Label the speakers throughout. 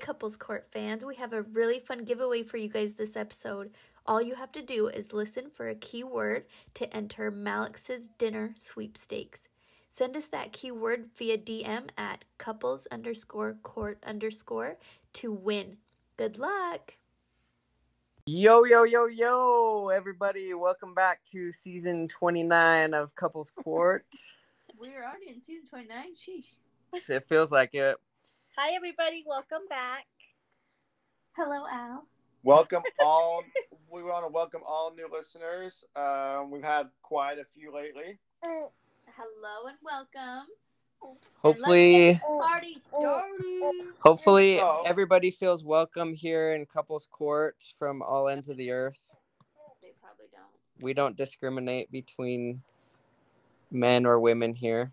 Speaker 1: Couples Court fans, we have a really fun giveaway for you guys this episode. All you have to do is listen for a keyword to enter Malix's dinner sweepstakes. Send us that keyword via DM at couples underscore court underscore to win. Good luck!
Speaker 2: Yo, yo, yo, yo, everybody. Welcome back to season 29 of Couples Court.
Speaker 3: We're already in season 29. Sheesh.
Speaker 2: it feels like it.
Speaker 4: Hi, everybody. Welcome back.
Speaker 3: Hello, Al.
Speaker 5: Welcome all. we want to welcome all new listeners. Um, we've had quite a few lately.
Speaker 3: Hello and welcome.
Speaker 2: Hopefully,
Speaker 3: Party started.
Speaker 2: hopefully
Speaker 5: Oh.
Speaker 2: everybody feels welcome here in Couples Court from all ends of the earth.
Speaker 3: They probably don't.
Speaker 2: We don't discriminate between men or women here.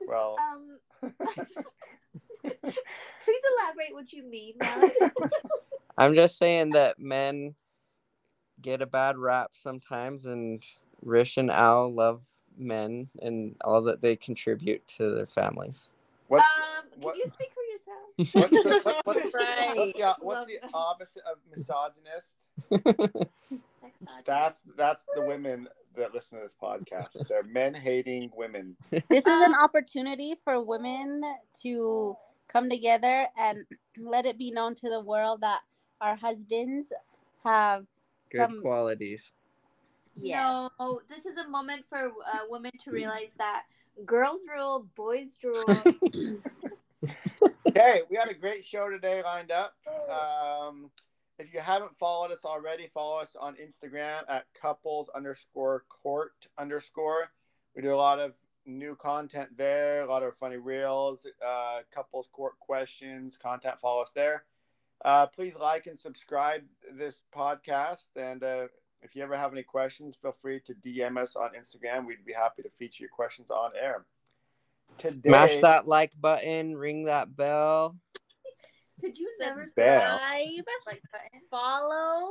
Speaker 5: Well,
Speaker 1: Um, please elaborate what you mean, Malix.
Speaker 2: I'm just saying that men get a bad rap sometimes, and Rish and Al love men and all that they contribute to their families.
Speaker 5: what's,
Speaker 3: Um, can
Speaker 5: what-
Speaker 3: you speak for yourself?
Speaker 5: what's, the, what- what's,
Speaker 4: Right.
Speaker 5: what's the,
Speaker 3: Love
Speaker 5: what's the
Speaker 3: that.
Speaker 5: opposite of misogynist?
Speaker 3: Exogenous.
Speaker 5: That's that's the women that listen to this podcast. They're men hating women.
Speaker 4: This is an opportunity for women to come together and let it be known to the world that our husbands have
Speaker 2: Good
Speaker 4: some.
Speaker 2: qualities.
Speaker 4: Yes.
Speaker 3: No, this is a moment for uh, women to realize that girls rule, boys rule.
Speaker 5: Hey, we had a great show today lined up. Um, if you haven't followed us already, follow us on Instagram at couples underscore court underscore. We do a lot of new content there, a lot of funny reels, uh, couples court questions, content. Follow us there. Uh, please like and subscribe this podcast. And uh, if you ever have any questions, feel free to DM us on Instagram. We'd be happy to feature your questions on air. Today,
Speaker 2: Smash that like button, ring that bell.
Speaker 3: Could you never
Speaker 5: That's bad.
Speaker 4: Subscribe,
Speaker 3: like button?
Speaker 4: follow,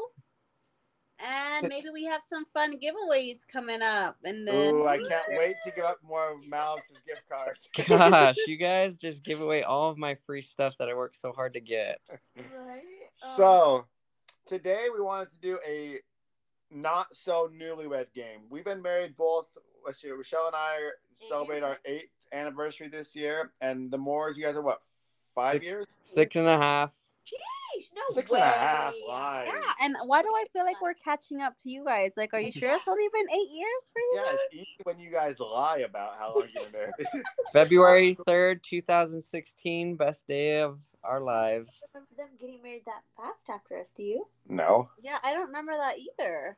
Speaker 4: and maybe we have some fun giveaways coming up. And then
Speaker 5: Ooh, I can't wait to give up more of Malix's gift cards.
Speaker 2: Gosh, you guys just give away all of my free stuff that I work so hard to get.
Speaker 3: Right? Oh,
Speaker 5: So today we wanted to do a not so newlywed game. We've been married both. Let's see, Rochelle and I celebrate our eighth anniversary this year, and the Moors, you guys are what, five
Speaker 2: Six-
Speaker 5: years?
Speaker 2: Six and a half.
Speaker 3: Sheesh, no
Speaker 5: Six
Speaker 3: way.
Speaker 5: and a half. Lies.
Speaker 4: yeah, and why do I feel like we're catching up to you guys? Like, are you sure it's only been eight years for you?
Speaker 5: Yeah,
Speaker 4: guys?
Speaker 5: it's easy when you guys lie about how long you've been married.
Speaker 2: February 3rd, 2016, best day of our lives.
Speaker 3: remember them getting married that fast after us, do you?
Speaker 5: no.
Speaker 4: yeah, I don't remember that either.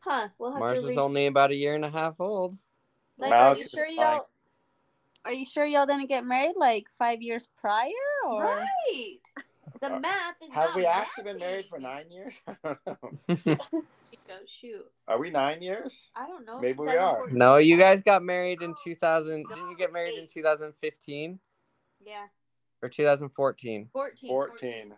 Speaker 3: Huh. We'll have
Speaker 2: Mars
Speaker 3: to
Speaker 2: was
Speaker 3: read
Speaker 2: only about a year and a half old.
Speaker 4: Like,
Speaker 5: Well,
Speaker 4: are you
Speaker 5: it's
Speaker 4: sure
Speaker 5: fine.
Speaker 4: y'all? Are you sure y'all didn't get married like five years prior? Or
Speaker 3: Right. The
Speaker 5: Uh,
Speaker 3: math is
Speaker 5: Have
Speaker 3: not
Speaker 5: we actually been
Speaker 3: mathing.
Speaker 5: married for nine years? I don't know.
Speaker 3: Go shoot.
Speaker 5: Are we nine years?
Speaker 3: I don't know.
Speaker 5: Maybe we are.
Speaker 3: 2014.
Speaker 2: No, you guys got married in 2000. Did you get married in 2015
Speaker 3: Yeah.
Speaker 2: or 2014?
Speaker 3: 14.
Speaker 5: 14.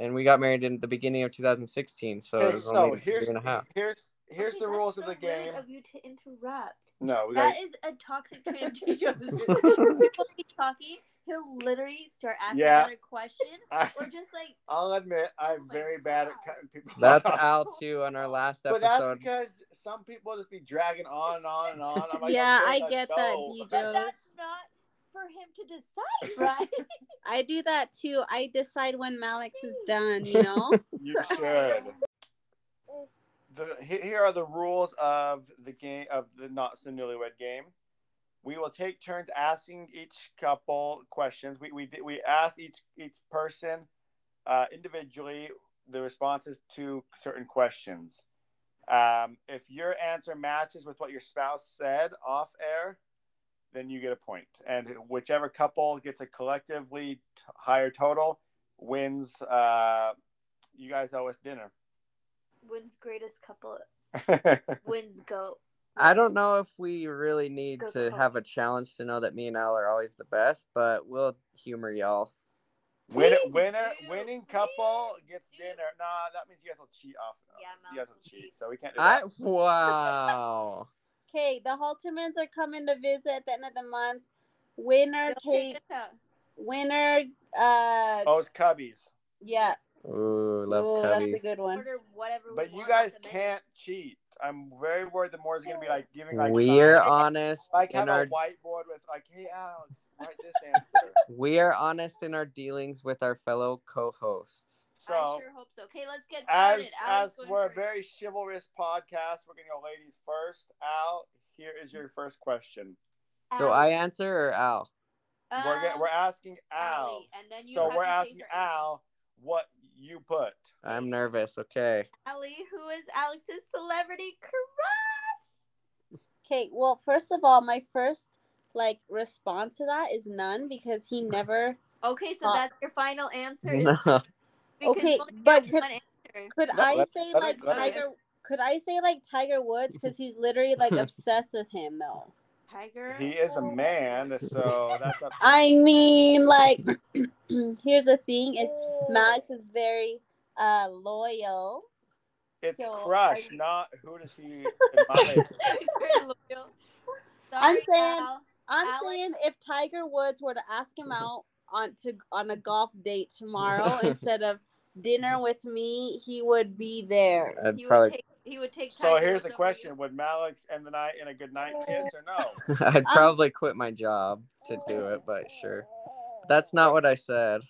Speaker 2: And we got married in the beginning of 2016, so it
Speaker 5: Okay,
Speaker 2: was
Speaker 5: so
Speaker 2: only a
Speaker 5: here's
Speaker 2: year and a half.
Speaker 5: here's here's
Speaker 3: Okay,
Speaker 5: the
Speaker 3: that's
Speaker 5: rules of
Speaker 3: so
Speaker 5: the game.
Speaker 3: Rude of you to interrupt.
Speaker 5: No, we got
Speaker 3: That is a toxic trait of Jay Joseph's. People be talking. He'll literally start asking
Speaker 5: Yeah.
Speaker 3: another question
Speaker 5: I,
Speaker 3: or just like,
Speaker 5: I'll admit I'm
Speaker 3: my
Speaker 5: very bad
Speaker 3: God.
Speaker 5: at cutting people.
Speaker 2: That's
Speaker 5: off.
Speaker 2: Al too on our last
Speaker 5: But that's
Speaker 2: episode.
Speaker 5: because some people just be dragging on and on and on. I'm like,
Speaker 4: yeah,
Speaker 5: okay,
Speaker 4: I
Speaker 5: let's
Speaker 4: get that,
Speaker 5: go.
Speaker 3: but
Speaker 4: DJ.
Speaker 3: that's not for him to decide, right?
Speaker 4: I do that too. I decide when Malix is done. You know.
Speaker 5: You should. The, he- here are the rules of the game of the not so newlywed game. We will take turns asking each couple questions. We we did- we asked each each person uh, individually the responses to certain questions. Um, if your answer matches with what your spouse said off air, then you get a point. And whichever couple gets a collectively t- higher total wins. Uh, you guys owe us dinner.
Speaker 3: wins greatest couple, wins goat.
Speaker 2: I don't know if we really need
Speaker 3: Go
Speaker 2: to
Speaker 3: call.
Speaker 2: have a challenge to know that me and Al are always the best, but we'll humor y'all.
Speaker 5: Win,
Speaker 3: Please
Speaker 5: winner,
Speaker 3: do.
Speaker 5: winning couple gets
Speaker 3: do.
Speaker 5: dinner. Nah, that means you guys will cheat off.
Speaker 3: Yeah,
Speaker 5: you
Speaker 3: Mel,
Speaker 5: guys will
Speaker 3: we'll
Speaker 5: cheat,
Speaker 3: cheat.
Speaker 5: so we can't do
Speaker 2: I
Speaker 5: that.
Speaker 2: wow.
Speaker 4: Okay, the Haltermans are coming to visit at the end of the month. Winner
Speaker 3: Go
Speaker 4: take
Speaker 3: check us out.
Speaker 4: Winner. Uh,
Speaker 5: Oh, it's Cubbies.
Speaker 4: yeah.
Speaker 2: Ooh, love
Speaker 4: Ooh,
Speaker 2: cubbies.
Speaker 4: Oh, That's a good one.
Speaker 3: Order whatever. we
Speaker 5: But you
Speaker 3: want
Speaker 5: guys
Speaker 3: off the menu.
Speaker 5: can't cheat. I'm very worried that Moore's gonna be like giving like
Speaker 2: We're
Speaker 5: signs.
Speaker 2: honest
Speaker 5: like have
Speaker 2: in our
Speaker 5: a whiteboard with like, hey Alex, write this answer.
Speaker 2: we are honest in our dealings with our fellow co-hosts.
Speaker 5: So
Speaker 3: I sure hope so. Okay, let's get started.
Speaker 5: as as
Speaker 3: Alex,
Speaker 5: we're a very chivalrous podcast, we're gonna go ladies first. Al, here is your first question.
Speaker 2: So I answer or Al?
Speaker 5: we're get, we're asking Al.
Speaker 3: Uh, um, Allie, and then you
Speaker 5: so
Speaker 3: have
Speaker 5: we're
Speaker 3: to say
Speaker 5: asking
Speaker 3: her answer.
Speaker 5: Al what you put.
Speaker 2: I'm nervous. Okay.
Speaker 3: Allie, who is Alex's celebrity crush?
Speaker 4: Okay, well, first of all, my first like response to that is none because he never
Speaker 3: Okay, so
Speaker 4: Uh,
Speaker 3: that's your final answer. is-
Speaker 2: No.
Speaker 3: because
Speaker 4: Okay,
Speaker 3: you only
Speaker 4: but
Speaker 3: got
Speaker 4: could-
Speaker 3: one answer.
Speaker 4: could
Speaker 5: No,
Speaker 4: I
Speaker 5: let-
Speaker 4: say
Speaker 5: let it-
Speaker 4: like
Speaker 5: let
Speaker 3: it-
Speaker 4: Tiger could I say like Tiger Woods because he's literally like obsessed with him though.
Speaker 3: Tiger.
Speaker 5: He is a man, so that's up to
Speaker 4: I mean, like here's the thing is Max is very uh loyal.
Speaker 5: It's
Speaker 4: So,
Speaker 5: crush,
Speaker 4: are you-
Speaker 5: not who does he admire.
Speaker 3: Very loyal. Sorry,
Speaker 4: I'm saying-
Speaker 3: Al.
Speaker 4: I'm
Speaker 3: Alex-
Speaker 4: saying if Tiger Woods were to ask him out on to on a golf date tomorrow instead of dinner with me, he would be there.
Speaker 2: I'd
Speaker 3: He would
Speaker 2: probably
Speaker 3: take. He would take.
Speaker 5: so
Speaker 3: Tiger
Speaker 5: here's
Speaker 3: Woods
Speaker 5: the
Speaker 3: over
Speaker 5: question: Would Malix end the night in a good night kiss or no?
Speaker 2: I'd probably quit my job to do it, but sure. That's not what I said.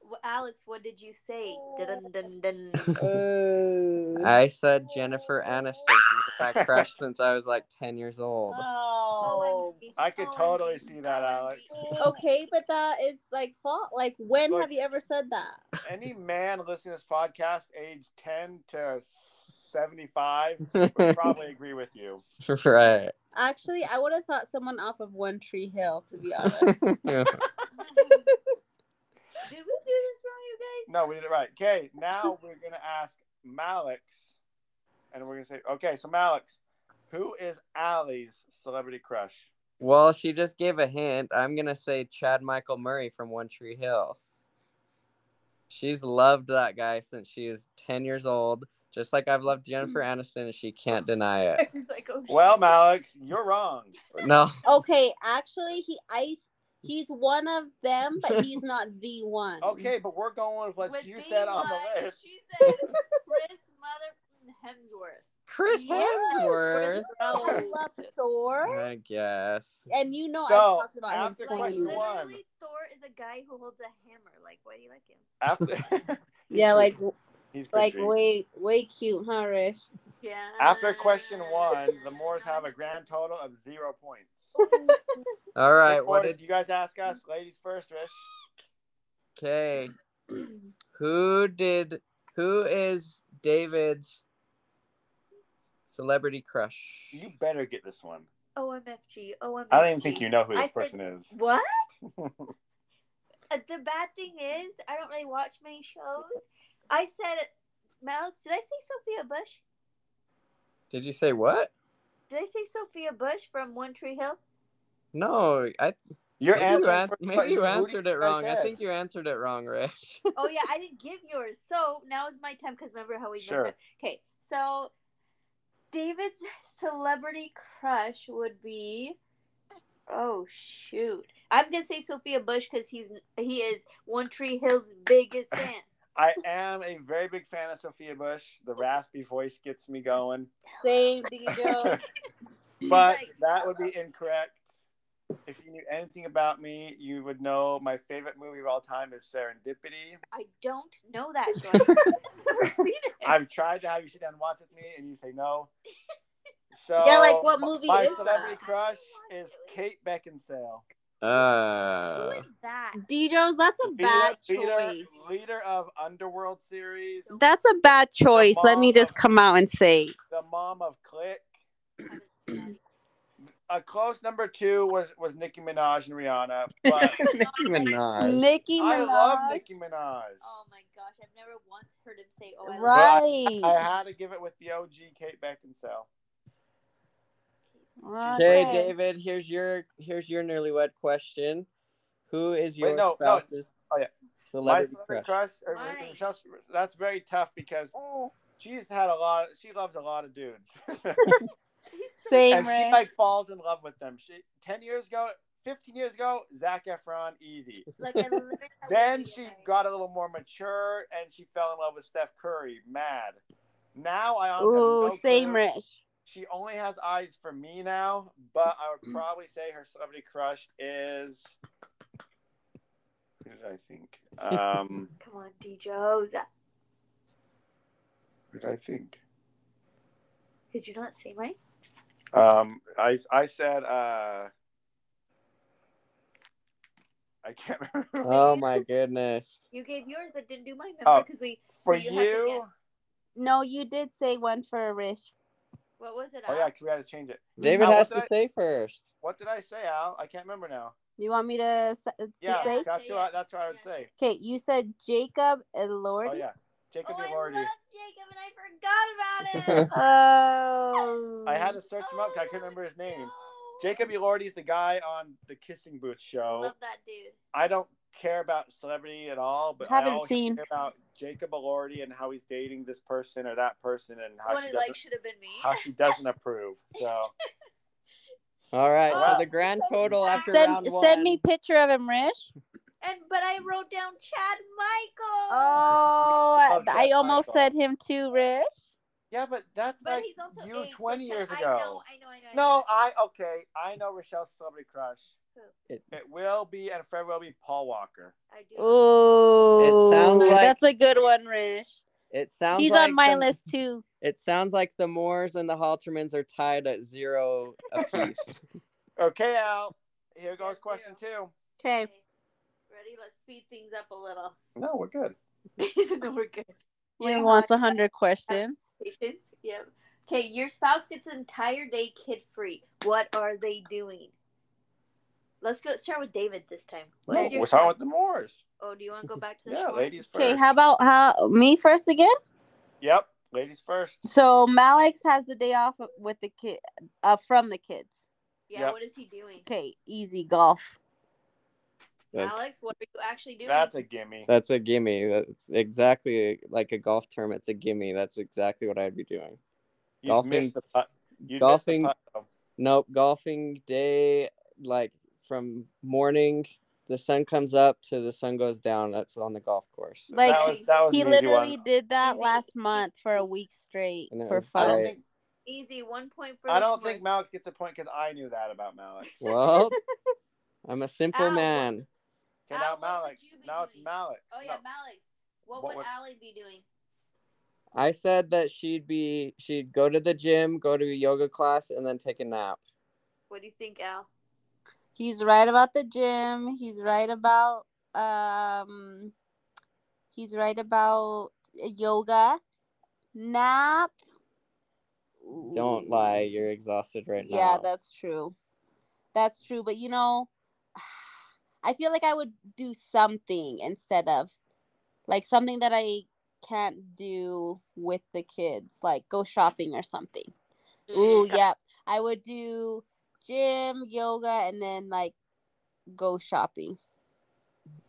Speaker 3: you. Wh- Alex, what did you say?
Speaker 4: Oh.
Speaker 3: Dun, dun, dun, dun.
Speaker 4: Ooh.
Speaker 2: I said Jennifer Aniston that crush since I was like 10 years old.
Speaker 4: Oh.
Speaker 3: OMG.
Speaker 5: I could
Speaker 3: OMG.
Speaker 5: totally see that, Alex.
Speaker 3: OMG.
Speaker 4: Okay, but that is like fault. Like, when have you ever said that?
Speaker 5: Any man listening to this podcast, age ten to seventy-five, would
Speaker 2: right.
Speaker 5: probably agree with you.
Speaker 4: Actually, I would have thought someone off of One Tree Hill, to be honest.
Speaker 3: Did we do this wrong, you guys?
Speaker 5: No, we did it right. Okay, now we're gonna ask Malix, and we're gonna say, okay, so Malix, who is Allie's celebrity crush?
Speaker 2: well, she just gave a hint. I'm going to say Chad Michael Murray from One Tree Hill. She's loved that guy since she is 10 years old, just like I've loved Jennifer Aniston, and she can't deny it.
Speaker 3: It's like, oh,
Speaker 5: Well, Malix, you're wrong.
Speaker 2: No.
Speaker 4: okay, actually, he I he's one of them, but he's not the one.
Speaker 5: Okay, but we're going with what
Speaker 3: With
Speaker 5: you
Speaker 3: the
Speaker 5: said
Speaker 3: one,
Speaker 5: on the list.
Speaker 3: She said Chris Mother Hemsworth.
Speaker 2: Chris
Speaker 4: Yes,
Speaker 2: Hemsworth.
Speaker 4: I
Speaker 3: Bro,
Speaker 4: love Thor,
Speaker 2: I guess.
Speaker 4: and you know
Speaker 5: So,
Speaker 4: I've talked about him.
Speaker 5: after
Speaker 4: for
Speaker 3: like
Speaker 5: question
Speaker 4: you.
Speaker 5: one.
Speaker 3: literally, Thor is a guy who holds a hammer. Like, why do you like him?
Speaker 5: After,
Speaker 4: Yeah, like
Speaker 5: he's pretty
Speaker 4: like
Speaker 5: dreamy.
Speaker 4: way way cute, huh, Rish?
Speaker 3: Yeah.
Speaker 5: After question one, the Moors have a grand total of zero points.
Speaker 2: All
Speaker 5: Hey,
Speaker 2: right. What
Speaker 5: Moors,
Speaker 2: did?
Speaker 5: you guys ask us? Ladies first, Rish.
Speaker 2: Okay. Who did? Who is David's celebrity crush?
Speaker 5: You better get this one.
Speaker 3: OMFG. OMFG.
Speaker 5: I don't even think you know who this
Speaker 3: I said-
Speaker 5: person is.
Speaker 3: What? Uh, the bad thing is, I don't really watch many shows. I said, Alex, did I say Sophia Bush?
Speaker 2: Did you say what?
Speaker 3: Did I say Sophia Bush from One Tree Hill?
Speaker 2: No, I
Speaker 5: Your
Speaker 2: maybe you,
Speaker 5: answer.
Speaker 2: an- maybe you answered it wrong. I think you answered it wrong, Rich.
Speaker 3: oh yeah, I didn't give yours. So now is my time because remember how we messed
Speaker 5: Sure.
Speaker 3: up. Okay, so David's celebrity crush would be. Oh shoot! I'm gonna say Sophia Bush because he's he is One Tree Hill's biggest fan.
Speaker 5: I am a very big fan of Sophia Bush. The raspy voice gets me going.
Speaker 4: Same, Diggy Jones.
Speaker 5: But that would be incorrect. If you knew anything about me, you would know my favorite movie of all time is Serendipity.
Speaker 3: I don't know that show. I've never seen it.
Speaker 5: I've tried to have you sit down and watch with me, and you say no. So
Speaker 4: Yeah, like, what
Speaker 5: my-
Speaker 4: movie
Speaker 5: My
Speaker 4: is
Speaker 5: celebrity
Speaker 4: that?
Speaker 5: crush is Kate Beckinsale,
Speaker 2: Uh,
Speaker 3: Who is that?
Speaker 4: D Jones, that's a bad choice.
Speaker 5: leader of Underworld series,
Speaker 4: That's a bad choice. Let me just come out and say.
Speaker 5: the mom of Click.
Speaker 3: Nicki
Speaker 5: A close number two was was Nicki Minaj and Rihanna, but
Speaker 2: Nicki Minaj.
Speaker 4: Nicki
Speaker 5: I
Speaker 4: Minaj.
Speaker 5: love Nicki Minaj.
Speaker 3: Oh my gosh, I've never once heard him say, "Oh, I love
Speaker 4: Right.
Speaker 5: I had to give it with the OG Kate Beckinsale.
Speaker 2: Okay, David. Here's your here's your newlywed question. Who is your
Speaker 5: Wait, no, no.
Speaker 2: spouse's
Speaker 5: Oh, yeah. My
Speaker 2: celebrity
Speaker 5: celebrity
Speaker 2: crush?
Speaker 5: crush, or
Speaker 3: Why?
Speaker 5: Michelle's- that's very tough because
Speaker 4: Oh.
Speaker 5: she's had a lot. She loves a lot of dudes.
Speaker 3: it." He's so
Speaker 4: Same,
Speaker 5: and she
Speaker 4: Rish.
Speaker 5: like falls in love with them. She ten years ago, 15 years ago, Zach Efron, easy.
Speaker 3: Like, I literally
Speaker 5: Then she got a little more mature and she fell in love with Steph Curry. Mad. Now I honestly have
Speaker 4: Ooh,
Speaker 5: no
Speaker 4: same
Speaker 5: clue.
Speaker 4: rich.
Speaker 5: She only has eyes for me now, but I would probably say her celebrity crush is. Who did I think? Um,
Speaker 3: Come on, D. Jones.
Speaker 5: who did I think?
Speaker 3: Did you not say mine?
Speaker 5: Um, I I said uh, I can't remember.
Speaker 2: Oh my goodness.
Speaker 3: You gave yours, but didn't do mine.
Speaker 5: Oh,
Speaker 3: Remember, because we so
Speaker 5: For
Speaker 3: you had to
Speaker 5: you,
Speaker 3: guess.
Speaker 4: No, you did say one for Rish.
Speaker 3: What was it?
Speaker 5: oh
Speaker 3: Al?
Speaker 5: yeah, 'cause we had to change it.
Speaker 2: David
Speaker 5: Now,
Speaker 2: has
Speaker 5: what
Speaker 2: to
Speaker 5: did
Speaker 2: say first.
Speaker 5: What did I say, Al? I can't remember now.
Speaker 4: You want me to, s- uh, to
Speaker 5: Yeah,
Speaker 4: say?
Speaker 3: that-
Speaker 5: that's what I, that's what I would
Speaker 3: Yeah.
Speaker 5: say.
Speaker 4: Okay, you said Jacob and Lordy.
Speaker 5: Oh yeah, Jacob
Speaker 3: Oh, I
Speaker 5: and
Speaker 3: love
Speaker 5: Lordy.
Speaker 3: Jacob, and I forgot about it.
Speaker 4: Oh.
Speaker 5: I had to search him up. 'cause I couldn't remember his name. Jacob Elordi is the guy on the Kissing Booth show.
Speaker 3: Love that dude.
Speaker 5: I don't care about celebrity at all, but
Speaker 4: Haven't
Speaker 5: I always
Speaker 4: seen.
Speaker 5: care about Jacob Elordi and how he's dating this person or that person and how
Speaker 3: One
Speaker 5: she
Speaker 3: it,
Speaker 5: doesn't
Speaker 3: like should have been me.
Speaker 5: how she doesn't approve. So
Speaker 2: All right.
Speaker 5: Wow.
Speaker 2: so the grand
Speaker 3: So
Speaker 2: total after
Speaker 4: Send
Speaker 2: round one.
Speaker 4: send me picture of him, Rish.
Speaker 3: And but I wrote down Chad Michael.
Speaker 4: Oh, I-
Speaker 5: Love
Speaker 4: I
Speaker 5: Jack
Speaker 4: almost
Speaker 5: Michael.
Speaker 4: said him too, Rish.
Speaker 5: yeah, but that's
Speaker 3: but
Speaker 5: like
Speaker 3: he's also
Speaker 5: you
Speaker 3: aged, so
Speaker 5: 20
Speaker 3: Chad-
Speaker 5: years
Speaker 3: I
Speaker 5: ago.
Speaker 3: know, I know, I know. I
Speaker 5: no,
Speaker 3: know.
Speaker 5: I okay. I know Rochelle's celebrity crush.
Speaker 2: It-
Speaker 5: It will be and forever will be Paul Walker.
Speaker 3: I do.
Speaker 4: Oh,
Speaker 2: sounds like-
Speaker 4: that's a good one, Rish.
Speaker 2: It sounds
Speaker 4: He's
Speaker 2: like
Speaker 4: on my
Speaker 2: the-
Speaker 4: list too.
Speaker 2: It sounds like the Moors and the Haltermans are tied at zero apiece.
Speaker 5: Okay, Al. Here goes
Speaker 3: Yes,
Speaker 5: question two.
Speaker 4: Okay,
Speaker 3: Ready? Let's speed things up a little.
Speaker 5: No, we're good.
Speaker 3: no, we're good.
Speaker 4: he
Speaker 3: Yeah.
Speaker 4: wants a hundred questions.
Speaker 3: Patience. Yep. Okay, your spouse gets an entire day kid free. What are they doing? Let's go start with David this time. What
Speaker 5: No,
Speaker 3: is your
Speaker 5: we're talking
Speaker 3: spouse-
Speaker 5: with the Moors.
Speaker 3: Oh, do you want to go back to the
Speaker 5: Yeah,
Speaker 3: Schwartz?
Speaker 5: ladies first.
Speaker 4: Okay, how about how me first again?
Speaker 5: Yep, ladies first.
Speaker 4: So Malix has the day off with the kid uh, from the kids.
Speaker 3: Yeah,
Speaker 5: Yep.
Speaker 3: what is he doing?
Speaker 4: Okay, easy golf.
Speaker 3: Alex, what are you actually doing?
Speaker 5: That's a gimme.
Speaker 2: That's a gimme. That's exactly like a golf term. It's a gimme. That's exactly what I'd be doing.
Speaker 5: You
Speaker 2: golfing-
Speaker 5: missed the putt. You
Speaker 2: golfing-
Speaker 5: Missed the putt.
Speaker 2: Nope, golfing day like from morning the sun comes up to the sun goes down. That's on the golf course.
Speaker 4: Like,
Speaker 5: that was, that was
Speaker 4: He
Speaker 5: an easy
Speaker 4: literally
Speaker 5: one.
Speaker 4: did that
Speaker 3: Easy.
Speaker 4: last month for a week straight
Speaker 2: And it
Speaker 4: for
Speaker 2: was great.
Speaker 5: I
Speaker 4: fun.
Speaker 5: don't
Speaker 2: Right.
Speaker 5: think
Speaker 3: Easy, one point for
Speaker 5: I
Speaker 3: the
Speaker 5: don't
Speaker 3: Schwartz.
Speaker 5: think Malik gets a point because I knew that about Malik.
Speaker 2: Well, I'm a simple
Speaker 3: Ow.
Speaker 2: man.
Speaker 5: Okay,
Speaker 3: Al,
Speaker 5: now
Speaker 3: what would
Speaker 5: Malik.
Speaker 3: you be
Speaker 5: Now it's
Speaker 3: doing?
Speaker 5: Malik.
Speaker 3: Oh yeah, Alex. What,
Speaker 5: What
Speaker 3: would,
Speaker 5: would-
Speaker 3: Allie be doing?
Speaker 2: I said that she'd be she'd go to the gym, go to a yoga class and then take a nap.
Speaker 3: What do you think, Al?
Speaker 4: He's right about the gym. He's right about um he's right about yoga. Nap.
Speaker 2: Don't
Speaker 4: Ooh.
Speaker 2: lie, you're exhausted right now.
Speaker 4: Yeah, that's true. That's true, but you know I feel like I would do something instead of like something that I can't do with the kids, like go shopping or something.
Speaker 3: Mm,
Speaker 4: Ooh, yep. I would do gym, yoga, and then like go shopping.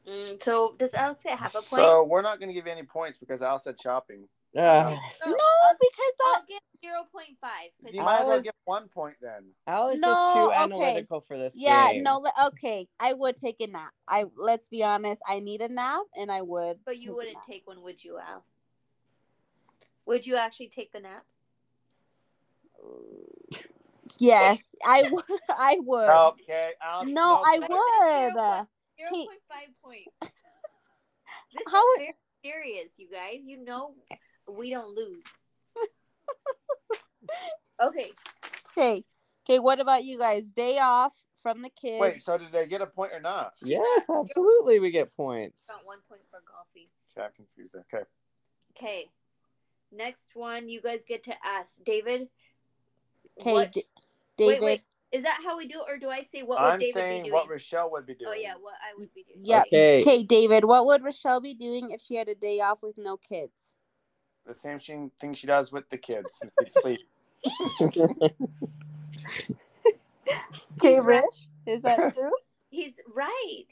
Speaker 3: Mm, so does Alex get half a point?
Speaker 5: So we're not going to give you any points because Al said shopping.
Speaker 2: Ah.
Speaker 3: No,
Speaker 4: Uh, No,
Speaker 3: Oh, I'll-
Speaker 4: because that
Speaker 3: I'll give zero point five. 'cause
Speaker 5: You
Speaker 2: I
Speaker 5: might as well
Speaker 2: was-
Speaker 5: give one point then.
Speaker 2: Alice is
Speaker 4: No,
Speaker 2: too
Speaker 4: okay.
Speaker 2: analytical for this
Speaker 4: yeah,
Speaker 2: game.
Speaker 4: no, le- okay. I would take a nap. I let's be honest, I need a nap, and I would.
Speaker 3: But you
Speaker 4: take a
Speaker 3: wouldn't
Speaker 4: nap.
Speaker 3: take one, would you, Al? Would you actually take the nap?
Speaker 4: Yes, I would. I would.
Speaker 5: Okay, Al.
Speaker 4: no, I
Speaker 5: point.
Speaker 4: would.
Speaker 3: Zero
Speaker 4: He-
Speaker 3: point five points. This
Speaker 4: How-
Speaker 3: is very serious, you guys. You know we don't lose. okay.
Speaker 4: Okay, okay. What about you guys? Day off from the kids.
Speaker 5: Wait, so did they get a point or not?
Speaker 2: Yes, absolutely we get points.
Speaker 3: Got one point for golfing.
Speaker 5: Okay, I'm confused. there. Okay.
Speaker 3: Okay. Next one, you guys get to ask. David?
Speaker 4: okay,
Speaker 3: what-
Speaker 4: D- David.
Speaker 3: Wait, wait. Is that how we do it, or do I say what would
Speaker 5: I'm
Speaker 3: David be
Speaker 5: saying
Speaker 3: doing?
Speaker 5: what Rochelle would be doing.
Speaker 3: oh, yeah, what I would be doing.
Speaker 4: Yeah.
Speaker 2: Okay.
Speaker 4: Okay, David. What would Rochelle be doing if she had a day off with no kids?
Speaker 5: The same thing- thing she does with the kids. They sleep.
Speaker 4: Okay,
Speaker 3: He's right.
Speaker 4: Rich. Is that true?
Speaker 3: He's right.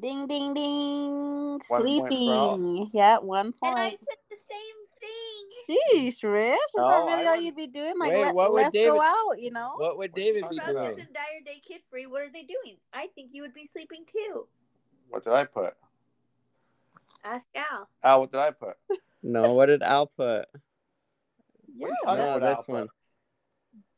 Speaker 4: Ding ding ding.
Speaker 5: One point for all.
Speaker 4: Sleeping. Yeah, one
Speaker 3: And I
Speaker 4: point.
Speaker 3: said the same thing.
Speaker 4: Sheesh, Rich, is that
Speaker 5: No,
Speaker 4: really
Speaker 5: I
Speaker 4: all
Speaker 5: would-
Speaker 4: you'd be doing? Like,
Speaker 2: Wait,
Speaker 4: let,
Speaker 2: what would
Speaker 4: us
Speaker 2: David-
Speaker 4: go out, you know?
Speaker 2: What would David be
Speaker 5: Be
Speaker 2: doing?
Speaker 3: Rousey's and Dire Day Kid Free, what are they doing? I think you would be sleeping too.
Speaker 5: What did I put?
Speaker 3: Ask Al.
Speaker 5: Al, what did I put?
Speaker 2: No, what did Al put?
Speaker 4: Yeah,
Speaker 5: I know
Speaker 2: No,
Speaker 5: what
Speaker 2: this
Speaker 5: Al put.
Speaker 2: one.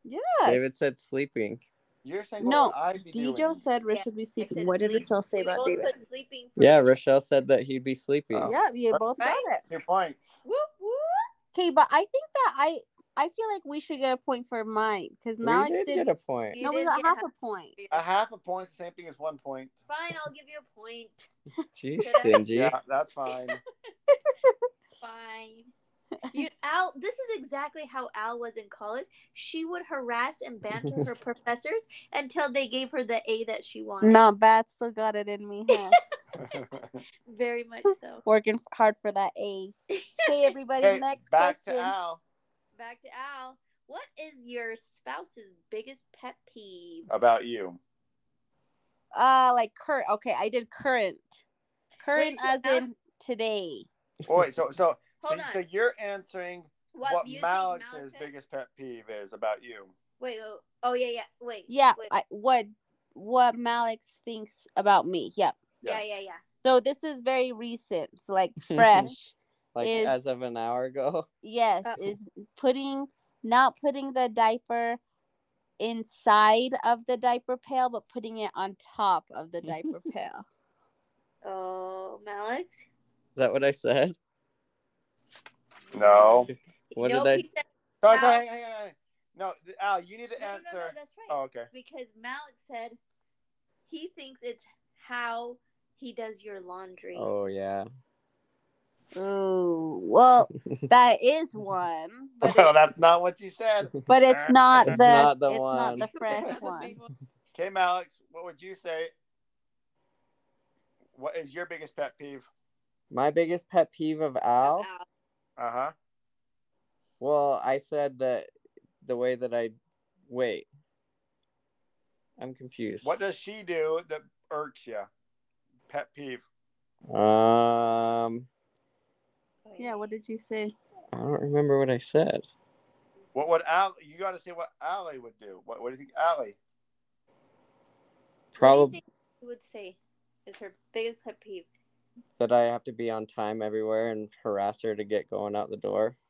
Speaker 4: yes.
Speaker 2: David said sleeping.
Speaker 5: You're saying what
Speaker 4: no,
Speaker 5: would I be
Speaker 4: Dijo
Speaker 5: doing?
Speaker 4: said Rich
Speaker 3: Yeah,
Speaker 4: would be
Speaker 3: I
Speaker 4: sleeping.
Speaker 3: said
Speaker 4: What did
Speaker 3: sleep.
Speaker 4: Rachel say
Speaker 3: We
Speaker 4: about
Speaker 3: both
Speaker 4: David?
Speaker 3: put sleeping for
Speaker 2: Yeah,
Speaker 3: the-
Speaker 2: Rochelle said that he'd be sleeping.
Speaker 5: Oh.
Speaker 4: Yeah, you both got
Speaker 3: Right?
Speaker 4: it.
Speaker 5: Two points.
Speaker 3: Whoop, whoop.
Speaker 4: Okay, but I think that I I feel like we should get a point for mine because
Speaker 2: we
Speaker 4: Malik
Speaker 2: did,
Speaker 4: did.
Speaker 2: get a point.
Speaker 3: You
Speaker 4: no, we
Speaker 3: did
Speaker 4: got
Speaker 3: get
Speaker 4: half
Speaker 3: half.
Speaker 4: a point.
Speaker 5: A half a point is the same thing as one point.
Speaker 3: Fine, I'll give you a point.
Speaker 2: Jeez,
Speaker 3: Should I-
Speaker 2: stingy.
Speaker 5: Yeah, that's fine.
Speaker 3: Fine. You, Al, this is exactly how Al was in college. She would harass and banter her professors until they gave her the A that she wanted.
Speaker 4: No, Bat still got it in me. Huh?
Speaker 3: Very much so.
Speaker 4: Working hard for that A. Hey, everybody,
Speaker 5: okay,
Speaker 4: next
Speaker 5: back
Speaker 4: question.
Speaker 5: to Al
Speaker 3: Back to Al. What is your spouse's biggest pet peeve?
Speaker 5: about you.
Speaker 4: Uh, like current. Okay, I did current. Current
Speaker 3: so
Speaker 4: as
Speaker 3: now-
Speaker 4: in today.
Speaker 5: Oh, wait, so so so,
Speaker 3: Hold on.
Speaker 5: so you're answering
Speaker 3: what
Speaker 5: what
Speaker 3: you think
Speaker 5: Malik's
Speaker 3: Malik said?
Speaker 5: biggest pet peeve is about you.
Speaker 3: Wait, oh, oh yeah, yeah. Wait.
Speaker 4: Yeah,
Speaker 3: Wait,
Speaker 4: I, what what Malik thinks about me. Yep.
Speaker 3: yeah, yeah, yeah.
Speaker 4: So this is very recent, so like fresh.
Speaker 2: Like
Speaker 4: Is-
Speaker 2: as of an hour ago.
Speaker 4: yes,
Speaker 3: Uh,
Speaker 4: is putting not putting the diaper inside of the diaper pail, but putting it on top of the diaper pail.
Speaker 3: Oh, Malik.
Speaker 2: Is that what I said?
Speaker 5: No.
Speaker 2: What
Speaker 3: nope,
Speaker 2: did I-
Speaker 3: he said,
Speaker 5: No,
Speaker 3: Al-
Speaker 5: sorry, hang, hang, hang, hang. no, th- Al, you need to
Speaker 3: no, no,
Speaker 5: answer.
Speaker 3: no, no, that's right.
Speaker 5: Oh, okay.
Speaker 3: Because Malik said he thinks it's how he does your laundry.
Speaker 2: Oh yeah.
Speaker 4: Ooh, well, that is one, but
Speaker 5: Well,
Speaker 4: it,
Speaker 5: that's not what you said.
Speaker 4: but it's not the
Speaker 2: That's
Speaker 4: it's
Speaker 2: not
Speaker 4: not
Speaker 2: the one.
Speaker 4: the, fresh
Speaker 3: That's the
Speaker 4: one.
Speaker 3: big one.
Speaker 5: Okay, Alex, what would you say? What is your biggest pet peeve?
Speaker 2: My biggest pet peeve of
Speaker 3: Al.
Speaker 2: Al.
Speaker 5: Uh huh.
Speaker 2: Well, I said that the way that I wait. I'm confused.
Speaker 5: What does she do that irks you? Pet peeve.
Speaker 2: Um,
Speaker 4: Yeah, what did you say?
Speaker 2: I don't remember what I said.
Speaker 5: What would Al? You got to say what Allie would do. What, what do you think, Allie?
Speaker 3: What do you
Speaker 2: Probably
Speaker 3: think you would say is her biggest pet peeve?
Speaker 2: that I have to be on time everywhere and harass her to get going out the door.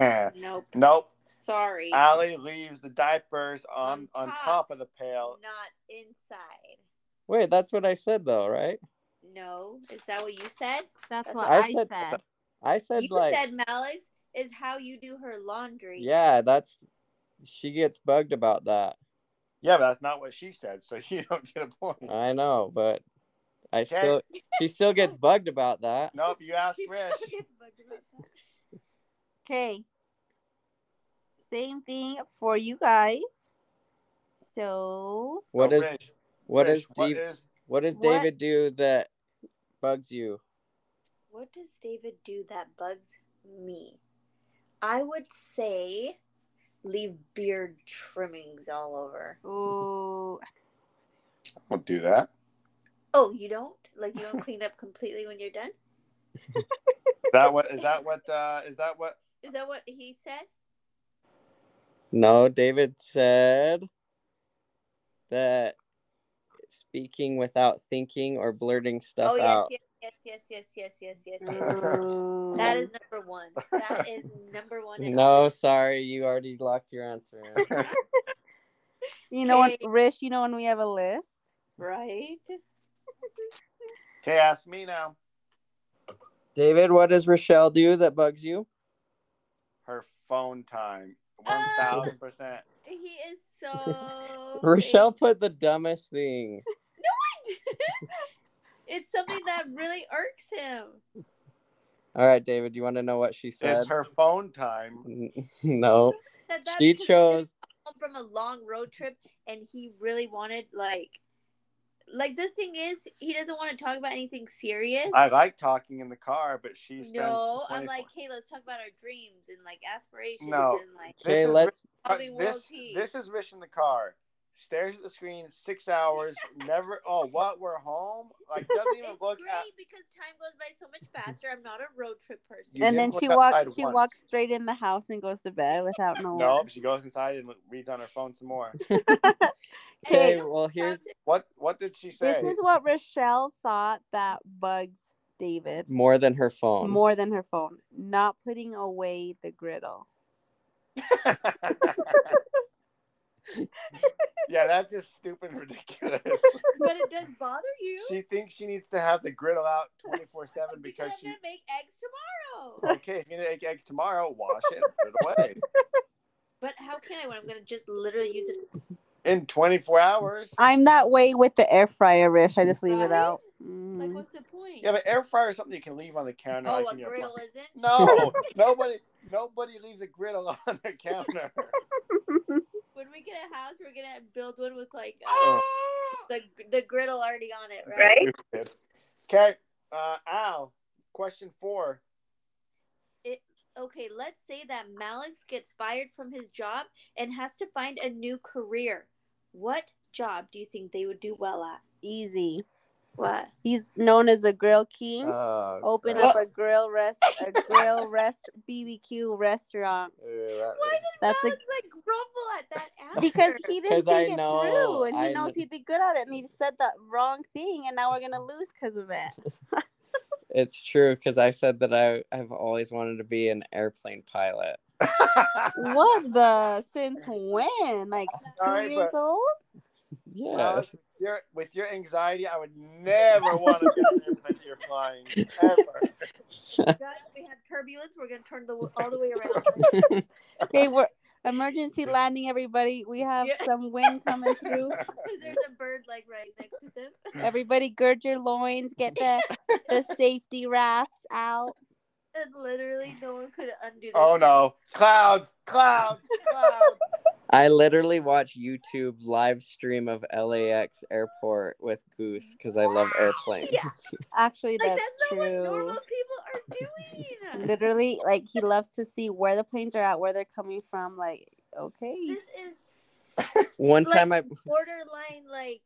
Speaker 3: Nope.
Speaker 5: nope.
Speaker 3: Sorry.
Speaker 5: Allie leaves the diapers on
Speaker 3: On
Speaker 5: on
Speaker 3: top.
Speaker 5: top of the pail.
Speaker 3: Not inside.
Speaker 2: Wait, that's what I said though, right?
Speaker 3: No. Is that what you said?
Speaker 4: That's
Speaker 3: That's
Speaker 4: what
Speaker 3: what
Speaker 4: I,
Speaker 2: I said.
Speaker 4: said.
Speaker 2: I said
Speaker 3: You
Speaker 2: like
Speaker 3: said Malik's is how you do her laundry.
Speaker 2: yeah, that's she gets bugged about that.
Speaker 5: Yeah, but that's not what she said, so you don't get a point.
Speaker 2: I know, but I
Speaker 5: Okay.
Speaker 2: still she still gets bugged about that.
Speaker 5: Nope, you asked
Speaker 3: She still
Speaker 5: Rich.
Speaker 3: gets bugged about that.
Speaker 4: Okay. Same thing for you guys. So
Speaker 2: What
Speaker 5: No,
Speaker 2: is
Speaker 5: Rich,
Speaker 2: what
Speaker 5: Rich,
Speaker 2: is
Speaker 5: what
Speaker 2: deep
Speaker 5: is-
Speaker 2: what does
Speaker 4: What-
Speaker 2: David do that bugs you?
Speaker 3: What does David do that bugs me? I would say leave beard trimmings all over.
Speaker 4: Ooh,
Speaker 5: Don't do that.
Speaker 3: Oh, you don't? Like you don't clean up completely when you're done?
Speaker 5: Is that what is that what uh is that what
Speaker 3: Is that what he said?
Speaker 2: No, David said that speaking without thinking or blurting stuff
Speaker 3: oh
Speaker 2: out.
Speaker 3: yes, yes, yes, yes, yes, yes, yes, yes.
Speaker 4: Ooh.
Speaker 3: That is number one. That is number one. and
Speaker 2: No, sorry, you already locked your answer in.
Speaker 4: you know when Rish, you know when we have a list.
Speaker 3: right.
Speaker 5: Okay, ask me now.
Speaker 2: David, what does Rochelle do that bugs you?
Speaker 5: Her phone time. One
Speaker 3: Oh.
Speaker 5: thousand percent.
Speaker 3: He is so.
Speaker 2: Rochelle put the dumbest thing.
Speaker 3: It's something that really irks him.
Speaker 2: All right, David, do you want to know what she said?
Speaker 5: It's her phone time.
Speaker 2: N- no,
Speaker 3: That, that
Speaker 2: she
Speaker 3: because
Speaker 2: chose.
Speaker 3: home from a long road trip and he really wanted like like the thing is he doesn't want to talk about anything serious
Speaker 5: I like talking in the car, but she spends
Speaker 3: no i'm
Speaker 5: 24
Speaker 3: like hey let's talk about our dreams and like aspirations
Speaker 5: No.
Speaker 3: and like
Speaker 5: This
Speaker 2: Okay,
Speaker 5: is
Speaker 2: let's.
Speaker 5: Rich-
Speaker 3: Probably
Speaker 5: this
Speaker 3: world peace.
Speaker 5: this is Rich in the car. stares at the screen six hours, never. Oh, what? We're home? Like doesn't even
Speaker 3: It's
Speaker 5: look
Speaker 3: great
Speaker 5: at.
Speaker 3: because time goes by so much faster. I'm not a road trip person.
Speaker 5: You
Speaker 4: and then
Speaker 5: didn't look
Speaker 4: she
Speaker 5: outside
Speaker 4: walks. She
Speaker 5: once.
Speaker 4: walks straight in the house and goes to bed without no
Speaker 5: Nope,
Speaker 4: one.
Speaker 5: she goes inside and reads on her phone some more.
Speaker 2: Okay,
Speaker 4: Okay,
Speaker 2: well here's
Speaker 5: What? What did she say?
Speaker 4: this is what Rochelle thought that bugs David
Speaker 2: more than her phone.
Speaker 4: more than her phone. Not putting away the griddle.
Speaker 5: yeah, that's just stupid and ridiculous.
Speaker 3: but it does bother you.
Speaker 5: She thinks she needs to have the griddle out twenty four seven
Speaker 3: because
Speaker 5: because
Speaker 3: I'm
Speaker 5: she.
Speaker 3: gonna make eggs tomorrow.
Speaker 5: Okay, if you need to egg eggs tomorrow, wash it and put it away
Speaker 3: But how can I when I'm gonna just literally use it?
Speaker 5: in twenty four hours.
Speaker 4: I'm that way with the air fryer, Rish. I just leave it
Speaker 3: Right?
Speaker 4: out.
Speaker 3: Like,
Speaker 4: Mhm.
Speaker 3: what's the point?
Speaker 5: Yeah, but air fryer is something you can leave on the counter.
Speaker 3: oh,
Speaker 5: like
Speaker 3: a
Speaker 5: in your
Speaker 3: griddle
Speaker 5: pocket.
Speaker 3: isn't.
Speaker 5: No, nobody, nobody leaves a griddle on the counter.
Speaker 3: When we get a house, we're gonna build one with like uh,
Speaker 5: Oh,
Speaker 3: the the griddle already on it, right?
Speaker 5: stupid. Okay, uh, Al. Question four.
Speaker 3: Okay, let's say that Malix gets fired from his job and has to find a new career. What job do you think they would do well at?
Speaker 4: Easy.
Speaker 3: What?
Speaker 4: He's known as a grill king.
Speaker 5: Uh,
Speaker 2: Oh,
Speaker 4: Open
Speaker 2: crap.
Speaker 4: up a grill rest, a grill rest, BBQ restaurant.
Speaker 2: Ooh, that-
Speaker 3: Why did
Speaker 4: That's a-
Speaker 3: Malix like grumble at that answer?
Speaker 4: because he didn't
Speaker 2: 'Cause I
Speaker 4: think it
Speaker 2: know,
Speaker 4: through and he
Speaker 2: I
Speaker 4: knows
Speaker 2: kn-
Speaker 4: he'd be good at it and he said the wrong thing and now we're gonna lose because of it
Speaker 2: It's true because I said that I I've always wanted to be an airplane pilot.
Speaker 4: what the since when like two
Speaker 5: Sorry,
Speaker 4: years
Speaker 5: but-
Speaker 4: old
Speaker 5: Alex,
Speaker 2: Yes.
Speaker 5: with your, with your anxiety, I would never want to be on an airplane that you're flying ever.
Speaker 3: Guys, we have turbulence. We're gonna turn the all the way around.
Speaker 4: okay we're emergency landing everybody we have
Speaker 3: Yeah.
Speaker 4: some wind coming through
Speaker 3: Because there's a bird like right next to them.
Speaker 4: everybody gird your loins get the the safety rafts out
Speaker 3: And literally no one could undo this.
Speaker 5: Oh no! Clouds, clouds, clouds.
Speaker 2: I literally watch YouTube live stream of LAX airport with Goose because I love airplanes.
Speaker 4: actually
Speaker 3: Like
Speaker 4: that's,
Speaker 3: that's, not what normal
Speaker 4: true
Speaker 3: people are doing.
Speaker 4: literally like he loves to see where the planes are at where they're coming from like okay
Speaker 3: this is
Speaker 2: One
Speaker 3: Like-
Speaker 2: time I
Speaker 3: borderline like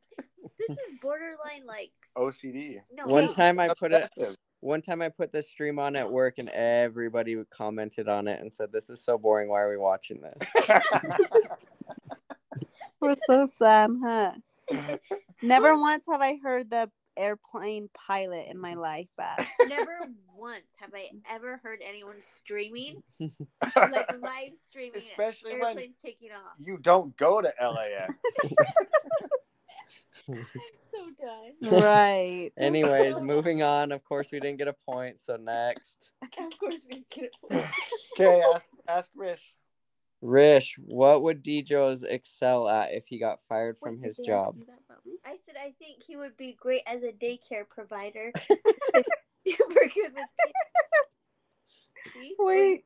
Speaker 3: this is borderline like
Speaker 5: Oh, OCD.
Speaker 3: no
Speaker 2: one
Speaker 3: wait.
Speaker 2: time I put it
Speaker 5: Obsessive.
Speaker 2: one time I put this stream on at work and everybody commented on it and said this is so boring. Why are we watching this?
Speaker 4: We're so sad, huh? Never once have I heard the airplane pilot in my life, but
Speaker 3: Never once have I ever heard anyone streaming like live streaming it.
Speaker 5: Especially when-
Speaker 3: airplanes taking off.
Speaker 5: you don't go to LAX.
Speaker 3: I'm so done.
Speaker 4: right.
Speaker 2: Anyways, moving on. Of course, we didn't get a point. So next,
Speaker 3: Of course we get it. for it.
Speaker 5: Okay, ask ask Rish.
Speaker 2: Rish, what would Djo's excel at if he got fired from
Speaker 4: Wait,
Speaker 2: his
Speaker 4: did they ask
Speaker 2: job?
Speaker 4: you that about me?
Speaker 3: I said I think he would be great as a daycare provider. Super good with kids. See?
Speaker 4: Wait.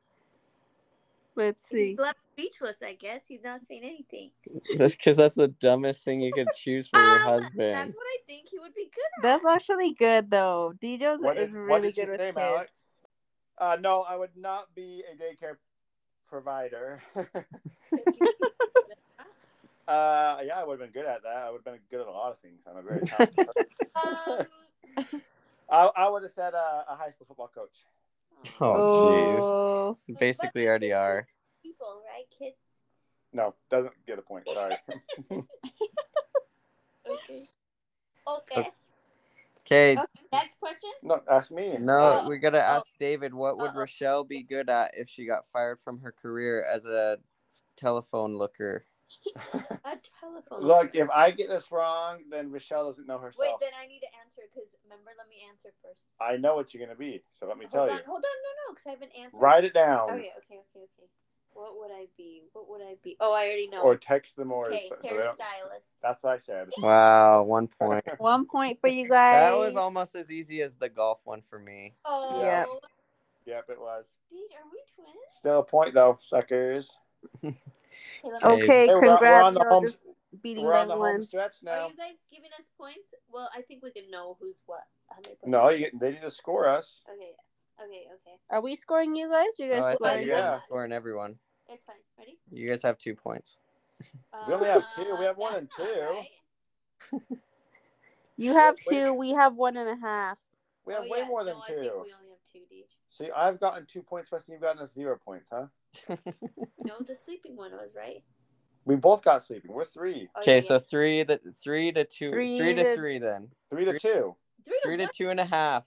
Speaker 4: Let's see.
Speaker 3: He's left speechless, I guess. He's not saying anything.
Speaker 2: Because that's the dumbest thing you could choose from
Speaker 4: Oh,
Speaker 2: your
Speaker 3: Um,
Speaker 2: husband.
Speaker 3: That's what I think he would be good at.
Speaker 4: That's actually good though. Dijo's
Speaker 5: What
Speaker 4: is
Speaker 5: did, what
Speaker 4: really
Speaker 5: did you
Speaker 4: good with
Speaker 5: say,
Speaker 4: kids.
Speaker 5: Malik? Uh, no, I would not be a daycare provider.
Speaker 3: Um,
Speaker 5: uh, yeah, I would have been good at that. I would have been good at a lot of things. I'm a very talented person.
Speaker 3: um,
Speaker 5: I, I would have said uh, a high school football coach.
Speaker 2: Oh,
Speaker 4: Oh,
Speaker 2: jeez. Basically, already are.
Speaker 3: people, right, kids?
Speaker 5: No, doesn't get a point. Sorry.
Speaker 3: Okay. Okay.
Speaker 2: Okay.
Speaker 3: Okay, Next question.
Speaker 5: no, ask me.
Speaker 2: No,
Speaker 3: Oh,
Speaker 2: we gotta
Speaker 3: oh.
Speaker 2: ask David. What would
Speaker 4: uh,
Speaker 3: Uh-oh.
Speaker 2: Rochelle be good at if she got fired from her career as a telephone looker?
Speaker 3: A telephone.
Speaker 5: Look, if I get this wrong, then Rochelle doesn't know herself.
Speaker 3: Wait, then I need to answer because remember, let me answer first.
Speaker 5: I know what you're gonna be, so let me tell
Speaker 3: Hold
Speaker 5: you.
Speaker 3: on, hold on, no, no, because I have an answer.
Speaker 5: Write it down,
Speaker 3: Okay, okay, okay, okay. What would I be? What would I be? Oh, I already know.
Speaker 5: or text them, or
Speaker 3: okay,
Speaker 5: so- so they don't-
Speaker 3: hairstylist.
Speaker 5: that's what I said.
Speaker 2: Wow, one point.
Speaker 4: Oh, one point for you guys.
Speaker 2: That was almost as easy as the golf one for me.
Speaker 3: oh,
Speaker 4: Yeah.
Speaker 5: Yep, it was.
Speaker 3: dude, are we twins?
Speaker 5: Still a point though, suckers.
Speaker 3: Okay, let me-
Speaker 4: Okay,
Speaker 5: Hey, we're on- we're on
Speaker 4: congrats.
Speaker 5: the
Speaker 4: Y'all
Speaker 5: home-
Speaker 4: just beating
Speaker 5: We're
Speaker 4: that
Speaker 5: on the home
Speaker 4: one.
Speaker 5: stretch
Speaker 3: Are
Speaker 5: now.
Speaker 3: you guys giving us points? Well, I think we can know who's what. 100%.
Speaker 5: No, you, they need to score us.
Speaker 3: Okay. Okay. Okay.
Speaker 4: Are we scoring you guys? Are you
Speaker 2: Oh,
Speaker 4: guys
Speaker 2: I
Speaker 3: scored.
Speaker 2: thought
Speaker 4: scoring?
Speaker 2: you guys
Speaker 5: Yeah.
Speaker 2: were scoring everyone.
Speaker 3: It's fine. Ready?
Speaker 2: You guys have two points.
Speaker 5: We only have two. We have one and
Speaker 3: that's not
Speaker 5: two.
Speaker 4: You have
Speaker 5: Wait.
Speaker 4: two. We have one and a half.
Speaker 5: We have
Speaker 3: Oh,
Speaker 5: way
Speaker 3: yeah.
Speaker 5: more than
Speaker 3: No, I
Speaker 5: two.
Speaker 3: think we only have two, Deej.
Speaker 5: See, I've gotten two points first, and you've gotten a zero points, huh?
Speaker 4: Oh,
Speaker 3: No, the sleeping one was right.
Speaker 5: We both got sleeping. We're three,
Speaker 3: Oh,
Speaker 2: Okay,
Speaker 3: yeah,
Speaker 2: so
Speaker 3: yeah.
Speaker 2: three to three to two,
Speaker 4: Three
Speaker 2: three to
Speaker 4: to-
Speaker 2: three then,
Speaker 5: three to
Speaker 2: Three-
Speaker 5: two.
Speaker 3: three to,
Speaker 2: three to
Speaker 3: one.
Speaker 2: two and a half.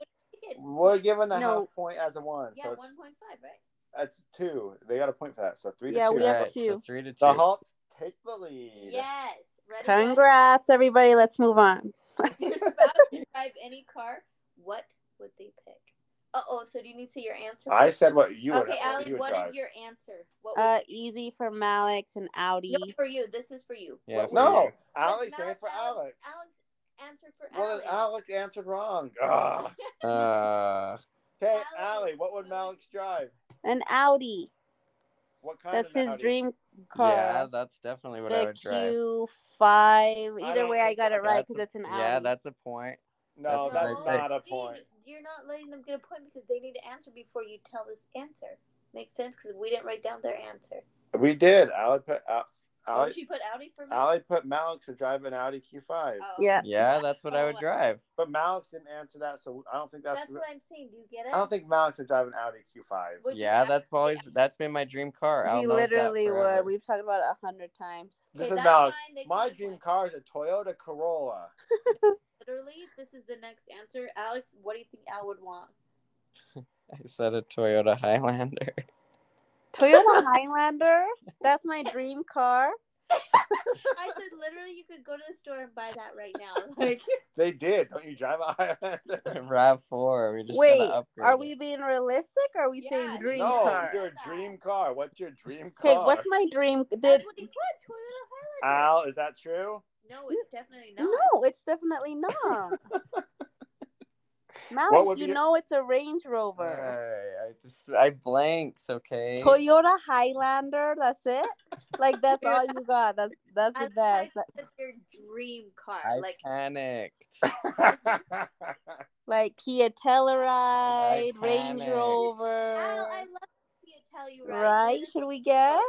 Speaker 5: We're given the
Speaker 4: No.
Speaker 5: half point as a one,
Speaker 3: Yeah,
Speaker 5: so it's
Speaker 3: one point five, right?
Speaker 5: that's two. They got a point for that, so three
Speaker 4: Yeah,
Speaker 5: to two.
Speaker 4: we have
Speaker 2: Alright, so
Speaker 4: two.
Speaker 2: three to two.
Speaker 5: The Hawks take the lead.
Speaker 3: Yes. Ready? guys?
Speaker 4: Congrats, everybody. Let's move on.
Speaker 3: If your spouse could drive any car, what would they pick? Uh oh. So do you need to say your answer?
Speaker 5: I
Speaker 3: first?
Speaker 5: said what you would.
Speaker 3: Okay,
Speaker 5: have, what
Speaker 3: Allie,
Speaker 5: you would
Speaker 3: what
Speaker 5: drive.
Speaker 3: is your answer? What would
Speaker 4: Uh, easy for Malik and Audi.
Speaker 3: No, for you. This is for you.
Speaker 2: Yeah,
Speaker 3: What
Speaker 2: for
Speaker 3: would
Speaker 2: you.
Speaker 5: No,
Speaker 3: you-
Speaker 5: Alex
Speaker 3: But
Speaker 5: said it for Alex.
Speaker 3: Alex. Alex answered for
Speaker 5: Well,
Speaker 3: Alex.
Speaker 5: then Alex answered wrong. Ugh.
Speaker 2: Uh,
Speaker 5: Okay,
Speaker 3: Alex.
Speaker 5: Allie, what would Alex drive?
Speaker 4: An Audi.
Speaker 5: What kind
Speaker 4: That's
Speaker 5: of
Speaker 4: his
Speaker 5: Audi?
Speaker 4: dream
Speaker 2: yeah,
Speaker 4: car.
Speaker 2: that's definitely what I
Speaker 4: the
Speaker 2: would drive.
Speaker 4: Q5.
Speaker 5: I
Speaker 4: Either
Speaker 5: don't
Speaker 4: way, I
Speaker 5: think
Speaker 4: got it
Speaker 5: that's
Speaker 4: right
Speaker 2: a-
Speaker 4: because it's an Audi.
Speaker 2: Yeah, that's a point.
Speaker 5: No,
Speaker 2: That's
Speaker 5: Oh, that's,
Speaker 2: what I
Speaker 5: not a
Speaker 3: Deej,
Speaker 5: point.
Speaker 3: You're not letting them get a point because they need to answer before you tell this answer. Makes sense because we didn't write down their answer.
Speaker 5: We did. Allie put Al-
Speaker 3: Oh,
Speaker 5: Allie,
Speaker 3: she put Audi for me.
Speaker 5: Allie put Malik to drive an Audi Q5,
Speaker 3: Oh.
Speaker 4: Yeah.
Speaker 2: Yeah, that's what I would
Speaker 3: Oh,
Speaker 2: drive.
Speaker 5: but Malik didn't answer that, so I don't think that's.
Speaker 3: That's what I'm saying. Do you get it?
Speaker 5: I don't think Malik would drive an Audi Q5.
Speaker 3: Would you
Speaker 2: Yeah,
Speaker 3: ask-
Speaker 2: that's always that's been my dream car. I'll
Speaker 4: he
Speaker 2: know that
Speaker 4: literally
Speaker 2: forever.
Speaker 4: would. We've talked about it a hundred times.
Speaker 5: This
Speaker 3: Okay,
Speaker 5: is
Speaker 3: that's
Speaker 5: Malik.
Speaker 3: fine. They
Speaker 5: My
Speaker 3: can do
Speaker 5: dream
Speaker 3: it.
Speaker 5: car is a Toyota Corolla.
Speaker 3: Literally, this is the next answer. Alex, what do you think Al would want?
Speaker 2: I said a Toyota Highlander.
Speaker 4: Toyota Highlander. That's my dream car.
Speaker 3: I said literally, you could go to the store and buy that right now. Like,
Speaker 5: They did. Don't you drive a Highlander?
Speaker 2: Rav Four. We just
Speaker 4: Wait,
Speaker 2: gotta upgrade
Speaker 4: Are
Speaker 2: it.
Speaker 4: we being realistic? Or are we
Speaker 3: Yeah,
Speaker 4: saying dream
Speaker 5: no,
Speaker 4: car?
Speaker 5: your dream car. What's your dream car?
Speaker 4: Okay, what's my dream? Did
Speaker 3: that's what he put. Toyota Highlander.
Speaker 5: Al? Is that true?
Speaker 3: no, it's definitely not.
Speaker 4: no, it's definitely not.
Speaker 5: What would
Speaker 4: Malice,
Speaker 5: be
Speaker 4: you
Speaker 5: your-
Speaker 4: know it's a Range Rover.
Speaker 2: Alright, I just I blanks. Okay.
Speaker 4: Toyota Highlander. That's it. Like that's all you got. That's that's
Speaker 3: I
Speaker 4: the
Speaker 3: like how
Speaker 4: best.
Speaker 3: he said It's your dream car.
Speaker 2: I
Speaker 3: like,
Speaker 2: panicked.
Speaker 4: Like Kia Telluride, Range
Speaker 2: Iconic.
Speaker 3: Al, I
Speaker 4: Rover.
Speaker 3: love you tell you right.
Speaker 4: Right? Should we get?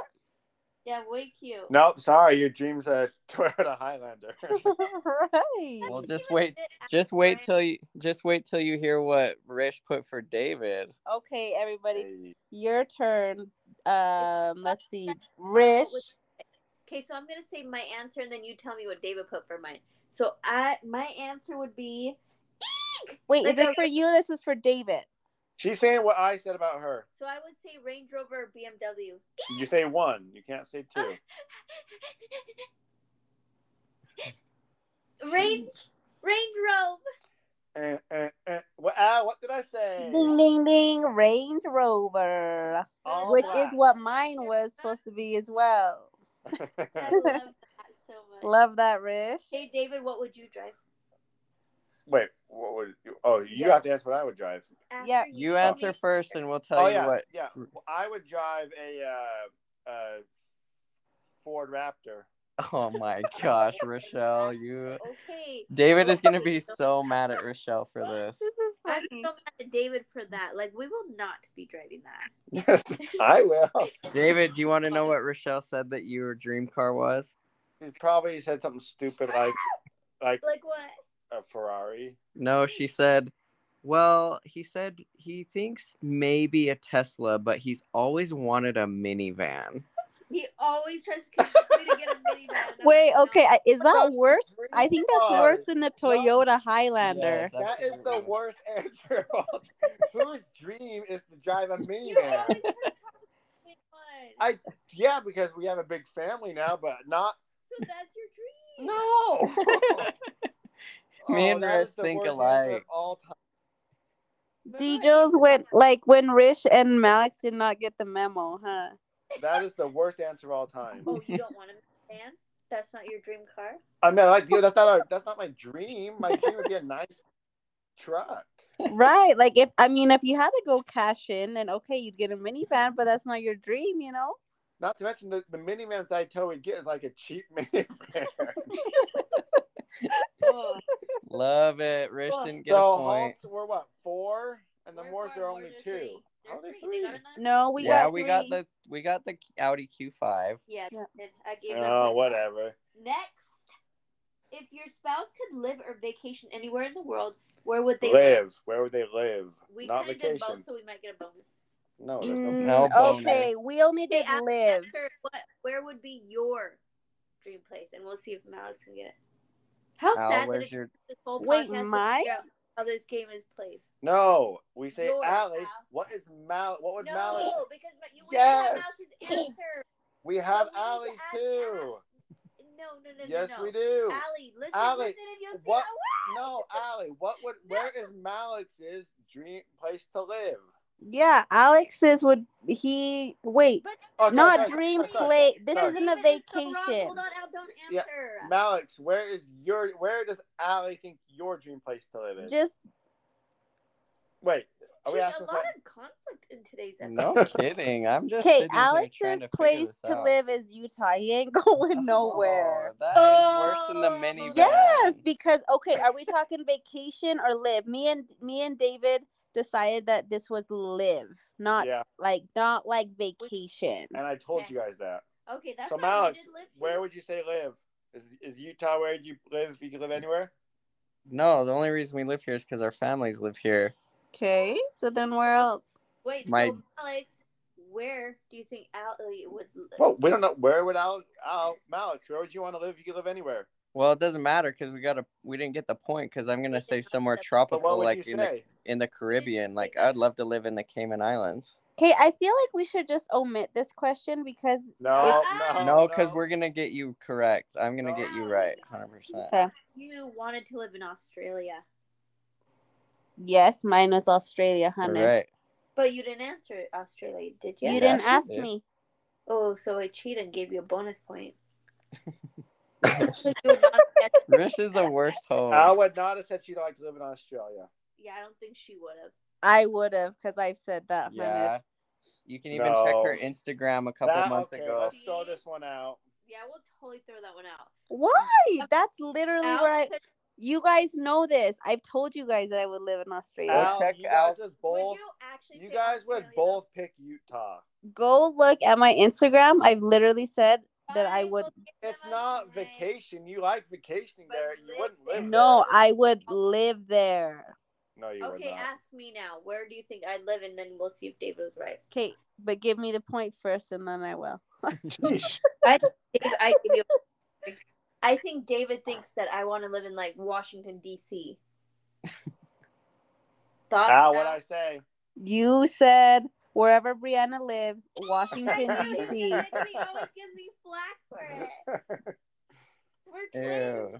Speaker 3: Yeah, way cute.
Speaker 5: nope, sorry. Your dream's a Toyota Highlander.
Speaker 4: right.
Speaker 2: Well,
Speaker 3: That's
Speaker 2: just
Speaker 3: even
Speaker 2: wait-
Speaker 3: fit Al,
Speaker 2: Just wait
Speaker 3: right?
Speaker 2: till you just wait till you hear what Rish put for David.
Speaker 4: Okay, everybody,
Speaker 5: Hey,
Speaker 4: your turn. Um, let's see.
Speaker 3: Well,
Speaker 4: Rish.
Speaker 3: with- Okay, so I'm gonna say my answer, and then you tell me what David put for mine. So I, my answer would be
Speaker 4: Wait, is this for you? This is for David.
Speaker 5: She's saying what I said about her.
Speaker 3: So I would say Range Rover or BMW.
Speaker 5: You say one. You can't say two.
Speaker 3: Range Range Rover.
Speaker 5: Eh, eh, eh. What, Al, what did I say?
Speaker 4: Ding ding ding, Range Rover,
Speaker 5: All
Speaker 4: which
Speaker 5: black.
Speaker 4: is what mine was supposed to be as well.
Speaker 3: I love that so much.
Speaker 4: Love that, Rish.
Speaker 3: hey David, what would you drive?
Speaker 5: Wait, what would you? Oh, you
Speaker 3: Yeah.
Speaker 5: have to answer what I would drive.
Speaker 3: After
Speaker 4: Yeah.
Speaker 2: You
Speaker 3: tell
Speaker 2: answer
Speaker 3: me.
Speaker 2: first, and we'll tell
Speaker 5: oh
Speaker 2: you
Speaker 5: yeah,
Speaker 2: what.
Speaker 5: yeah. Well, I would drive a uh, uh, Ford Raptor.
Speaker 2: Oh my gosh, Rochelle, you.
Speaker 3: Okay.
Speaker 2: David is gonna be so mad at Rochelle for this.
Speaker 4: This is
Speaker 3: I'm
Speaker 4: funny.
Speaker 3: so mad at David for that. Like we will not be driving that.
Speaker 5: Yes, I will.
Speaker 2: David, do you want to know what Rochelle said that your dream car was?
Speaker 5: He probably said something stupid like like
Speaker 3: Like what?
Speaker 5: a Ferrari.
Speaker 2: No, she said, well, he said he thinks maybe a Tesla, but he's always wanted a minivan.
Speaker 3: He always tries to convince me to get a minivan. and I'm
Speaker 4: Wait,
Speaker 3: like,
Speaker 4: okay, I- is that
Speaker 5: That's
Speaker 4: worse?
Speaker 5: Dream
Speaker 4: I think that's
Speaker 5: car.
Speaker 4: worse than the Toyota Highlander.
Speaker 2: Yes,
Speaker 5: That is the
Speaker 2: absolutely.
Speaker 5: worst answer. of all time. Whose dream is to drive a
Speaker 3: No. You always
Speaker 5: minivan?
Speaker 3: want to talk about
Speaker 5: I-
Speaker 3: one.
Speaker 5: Yeah, because we have a big family now, but not.
Speaker 3: So that's your dream.
Speaker 5: No. Oh,
Speaker 2: Me and
Speaker 5: that
Speaker 2: Riz
Speaker 5: is the
Speaker 2: think
Speaker 5: worst answer of
Speaker 2: alike.
Speaker 5: All time.
Speaker 4: Dijos
Speaker 3: oh,
Speaker 4: went like when Rish and Malik did not get the memo, huh?
Speaker 5: That is the worst answer of all time.
Speaker 3: Oh, you don't want a minivan? That's not your dream car.
Speaker 5: I mean, I like, dude, that's not our, that's not my dream. My dream would be a nice truck.
Speaker 4: right. Like if I mean if you had to go cash in, then okay, you'd get a minivan, but that's not your dream, you know?
Speaker 5: Not to mention the, the minivans I told we'd get is like a cheap minivan.
Speaker 3: Oh,
Speaker 2: Love it. Rish didn't
Speaker 5: so
Speaker 2: get a point.
Speaker 5: Hulks were what four, and the
Speaker 3: we're
Speaker 5: Moors
Speaker 3: far
Speaker 5: are
Speaker 3: more
Speaker 5: only
Speaker 3: than
Speaker 5: two.
Speaker 3: three.
Speaker 5: Oh, they're
Speaker 3: three. They got
Speaker 5: three.
Speaker 3: a nine.
Speaker 4: No, we
Speaker 2: yeah,
Speaker 4: got
Speaker 2: we got
Speaker 4: three.
Speaker 2: the we got the Audi Q5.
Speaker 3: Yeah,
Speaker 4: Yeah.
Speaker 3: they did. I gave that
Speaker 5: Oh,
Speaker 3: one.
Speaker 5: whatever.
Speaker 3: Next, if your spouse could live or vacation anywhere in the world, where would they
Speaker 5: live.
Speaker 3: live?
Speaker 5: Where would they live?
Speaker 3: We
Speaker 5: Not
Speaker 3: kind of did
Speaker 5: vacation.
Speaker 3: both, so we might get a bonus.
Speaker 5: No. Oh, There's no...
Speaker 4: Mm,
Speaker 2: No bonus.
Speaker 4: okay, we only
Speaker 3: They
Speaker 4: did
Speaker 3: asked
Speaker 4: live.
Speaker 3: Esther what, where would be your dream place, and we'll see if Malice can get it. How sad
Speaker 2: Al,
Speaker 3: that
Speaker 2: where's
Speaker 3: it's
Speaker 2: your
Speaker 3: this whole
Speaker 4: Wait,
Speaker 3: podcast to
Speaker 4: mine?
Speaker 3: figure out how this game is played.
Speaker 5: no. We say
Speaker 3: Yours,
Speaker 5: Allie.
Speaker 3: Al.
Speaker 5: What is Mal? What would
Speaker 3: No,
Speaker 5: Mally?
Speaker 3: because but you wouldn't have
Speaker 5: Yes.
Speaker 3: Mouse's answer.
Speaker 5: We have
Speaker 3: So we need to
Speaker 5: Allie's
Speaker 3: ask
Speaker 5: too.
Speaker 3: Al- No, no, no,
Speaker 5: yes,
Speaker 3: no, no.
Speaker 5: we do.
Speaker 3: Allie, listen,
Speaker 5: Allie,
Speaker 3: listen, and you'll see
Speaker 5: what-
Speaker 3: how-
Speaker 5: No, Allie. What would? Where is Malix's dream place to live?
Speaker 4: Yeah, Alex's would he wait?
Speaker 3: But
Speaker 5: Oh, sorry,
Speaker 4: Not
Speaker 5: sorry,
Speaker 4: dream
Speaker 5: sorry, sorry.
Speaker 4: play. This
Speaker 5: sorry.
Speaker 4: isn't a
Speaker 3: David is so wrong.
Speaker 4: vacation.
Speaker 3: Hold on, Al, don't
Speaker 5: Yeah,
Speaker 3: answer.
Speaker 5: Malix, where is your? Where does Allie think your dream place to live is?
Speaker 4: Just
Speaker 5: Wait. Are we
Speaker 3: There's a
Speaker 5: asking?
Speaker 3: lot
Speaker 5: for-
Speaker 3: of conflict in today's episode.
Speaker 2: No kidding. I'm just
Speaker 4: okay.
Speaker 2: sitting here trying
Speaker 4: Alex's
Speaker 2: to figure
Speaker 4: place
Speaker 2: this
Speaker 4: to
Speaker 2: out.
Speaker 4: live is Utah. He ain't going nowhere.
Speaker 2: Oh, that is worse than the
Speaker 3: Oh,
Speaker 2: mini.
Speaker 4: Yes, because okay, are we talking vacation or live? Me and me and David decided that this was live, not
Speaker 5: Yeah,
Speaker 4: like not like vacation.
Speaker 5: and I told
Speaker 3: Okay.
Speaker 5: you guys that.
Speaker 3: Okay, that's
Speaker 5: So,
Speaker 3: why
Speaker 5: Alex,
Speaker 3: we did live
Speaker 5: Where would you say live? Is, is Utah where you live? If you could live
Speaker 2: Mm.
Speaker 5: anywhere?
Speaker 2: No, the only reason we live here is because our families live here.
Speaker 4: Okay, so then where else?
Speaker 3: Wait,
Speaker 2: my-
Speaker 3: so Alex, where do you think Allie would uh, live?
Speaker 5: Well, we don't know. Where would Al, Al Malix? Where would you want to live? if You could live anywhere.
Speaker 2: Well, it doesn't matter because we got to we didn't get the point because I'm gonna say somewhere
Speaker 5: But what
Speaker 2: tropical,
Speaker 5: would
Speaker 2: like
Speaker 5: you
Speaker 2: in the
Speaker 5: say?
Speaker 2: in the Caribbean.
Speaker 3: say
Speaker 2: Like
Speaker 3: that.
Speaker 2: I'd love to live in the Cayman Islands.
Speaker 4: Okay, I feel like we should just omit this question because
Speaker 5: No,
Speaker 3: Uh-uh.
Speaker 5: Oh, no,
Speaker 2: no, because we're gonna get you correct. I'm gonna get you
Speaker 3: No.
Speaker 2: right, hundred percent.
Speaker 4: okay.
Speaker 3: You wanted to live in Australia,
Speaker 4: yes, mine was Australia, honey.
Speaker 2: Right.
Speaker 3: but you didn't answer Australia, did you?
Speaker 4: You
Speaker 2: Yeah,
Speaker 4: didn't
Speaker 2: she
Speaker 4: ask
Speaker 2: did.
Speaker 4: me.
Speaker 3: Oh, so I cheated and gave you a bonus point. 'Cause you would not guess-
Speaker 2: Rish is the worst host.
Speaker 5: Al would not have said she'd like to live in Australia.
Speaker 3: yeah, I don't think she would have.
Speaker 4: I would have because I've said that.
Speaker 2: Yeah.
Speaker 4: Yeah.
Speaker 2: You can even check her
Speaker 5: No.
Speaker 2: Instagram a couple
Speaker 5: That-
Speaker 2: months
Speaker 5: okay,
Speaker 2: ago.
Speaker 5: Let's throw this one out.
Speaker 3: Yeah, we'll totally throw that one out.
Speaker 4: Why? That's literally
Speaker 3: Al,
Speaker 4: where I.
Speaker 3: because
Speaker 4: You guys know this. I've told you guys that I would live in Australia.
Speaker 2: We'll
Speaker 5: Al,
Speaker 2: check
Speaker 5: you guys
Speaker 2: Al-
Speaker 5: would both.
Speaker 3: would you actually?
Speaker 5: You,
Speaker 3: say
Speaker 5: guys would
Speaker 3: Australia?
Speaker 5: both pick Utah.
Speaker 4: Go look at my Instagram. I've literally said that I
Speaker 3: will
Speaker 4: would.
Speaker 3: give them
Speaker 5: It's
Speaker 3: a
Speaker 5: not
Speaker 3: break.
Speaker 5: vacation. You like vacationing
Speaker 3: But
Speaker 5: there. You
Speaker 3: live
Speaker 5: wouldn't
Speaker 3: there.
Speaker 5: live.
Speaker 4: No,
Speaker 5: there.
Speaker 4: I would live there.
Speaker 5: No, you would
Speaker 3: Okay,
Speaker 5: not.
Speaker 3: ask me now. Where do you think I'd live, and then we'll see if David was right.
Speaker 4: Okay, but give me the point first, and then I will.
Speaker 5: Sheesh.
Speaker 3: Dave, I, give you- I think David thinks that I want to live in like Washington D.C. Thoughts? Uh,
Speaker 5: Al, Ah, what
Speaker 3: Al?
Speaker 5: I say?
Speaker 4: You said wherever Brianna lives, Washington
Speaker 3: I know,
Speaker 4: D.C.
Speaker 3: Nick always gives me flack for it. We're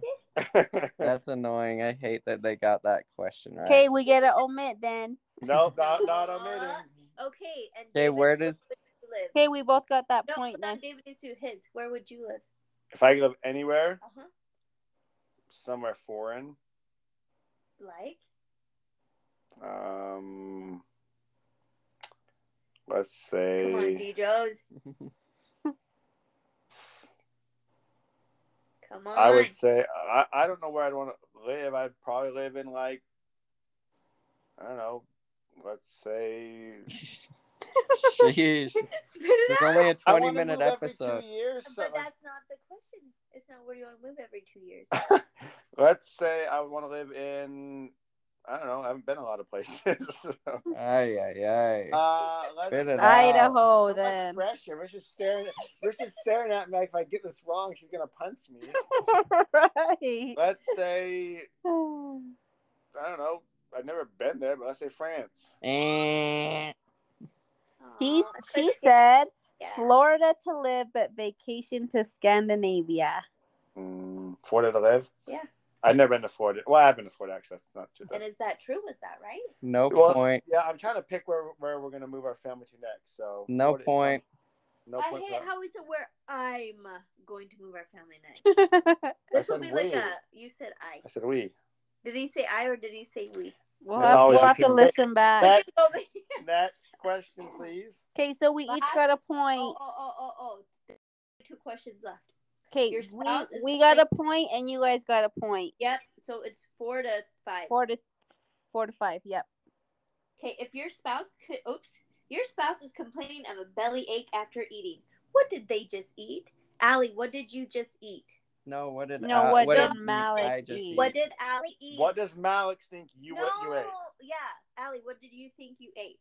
Speaker 3: twins.
Speaker 2: That's annoying. I hate that they got that question right.
Speaker 4: Okay, we get to omit then.
Speaker 5: nope, not not omitting.
Speaker 3: Okay, and
Speaker 2: Okay,
Speaker 3: David,
Speaker 2: where does-
Speaker 3: would you live?
Speaker 4: Okay, we both got that
Speaker 3: no,
Speaker 4: point.
Speaker 3: hold on,
Speaker 4: Then
Speaker 3: David is to his. Where would you live?
Speaker 5: If I could live anywhere,
Speaker 3: Uh huh.
Speaker 5: somewhere foreign,
Speaker 3: Like
Speaker 5: um, let's
Speaker 3: come on,
Speaker 5: say
Speaker 3: D. Joes. Come on.
Speaker 5: I would say I, I don't know where I'd want to live. I'd probably live in like I don't know. Let's say
Speaker 2: Sheesh.
Speaker 3: Spit it
Speaker 2: It's
Speaker 3: out.
Speaker 2: only a
Speaker 5: I
Speaker 2: 20
Speaker 5: wanna
Speaker 2: minute
Speaker 5: move every
Speaker 2: episode.
Speaker 5: Two years, so-
Speaker 3: But that's not the question. It's not where do you want to move every two years.
Speaker 5: let's say I would want to live in. I don't know. I haven't been a lot of places. so.
Speaker 2: Ay, ay, ay.
Speaker 5: Uh, let's
Speaker 2: Spit it out.
Speaker 4: Idaho.
Speaker 5: So much
Speaker 4: Then
Speaker 5: pressure. Rich is staring. Rich is staring at me like if I get this wrong, she's gonna punch me.
Speaker 4: right.
Speaker 5: Let's say I don't know. I've never been there, but let's say France.
Speaker 2: Eh.
Speaker 4: He
Speaker 3: Aw,
Speaker 4: she
Speaker 3: Chris-
Speaker 4: said
Speaker 3: yeah.
Speaker 4: Florida to live, but vacation to Scandinavia.
Speaker 5: Mm, Florida to live.
Speaker 3: Yeah.
Speaker 5: I've never been to Florida. Well, I've been to Florida actually. That's not too
Speaker 3: And
Speaker 5: bad.
Speaker 3: is that true? Was that right?
Speaker 2: No
Speaker 5: Well,
Speaker 2: point.
Speaker 5: Yeah, I'm trying to pick where where we're gonna move our family to next. So
Speaker 2: No
Speaker 5: Florida-
Speaker 2: point.
Speaker 5: No
Speaker 3: I
Speaker 5: point.
Speaker 3: hate how we said where I'm going to move our family next.
Speaker 4: we'll
Speaker 3: This
Speaker 5: I
Speaker 3: will be
Speaker 5: said
Speaker 3: like
Speaker 5: we.
Speaker 3: a. You said I.
Speaker 5: I said we.
Speaker 3: Did he say I or did he say we?
Speaker 4: have,
Speaker 5: always
Speaker 4: we'll
Speaker 5: a
Speaker 4: have to
Speaker 5: team.
Speaker 4: listen back.
Speaker 5: Back.
Speaker 3: Go over here.
Speaker 5: Next question, please.
Speaker 4: Okay, so we each got a point.
Speaker 3: Oh, oh, oh, oh, oh. Two questions left.
Speaker 4: Okay,
Speaker 3: Your
Speaker 4: we,
Speaker 3: spouse is
Speaker 4: we got a point, and you guys got a point.
Speaker 3: Yep. So it's four to five.
Speaker 4: Four to four to five. Yep.
Speaker 3: Okay, if your spouse could, oops, Your spouse is complaining of a belly ache after eating. What did they just eat? Allie, what did you just eat?
Speaker 2: No, what did
Speaker 4: No,
Speaker 2: uh,
Speaker 4: what
Speaker 3: did
Speaker 2: you-
Speaker 4: Malik
Speaker 2: I just
Speaker 4: eat?
Speaker 3: What did Allie eat?
Speaker 5: What does Malik think you
Speaker 3: no,
Speaker 5: you ate?
Speaker 3: yeah, Allie, what did you think you ate?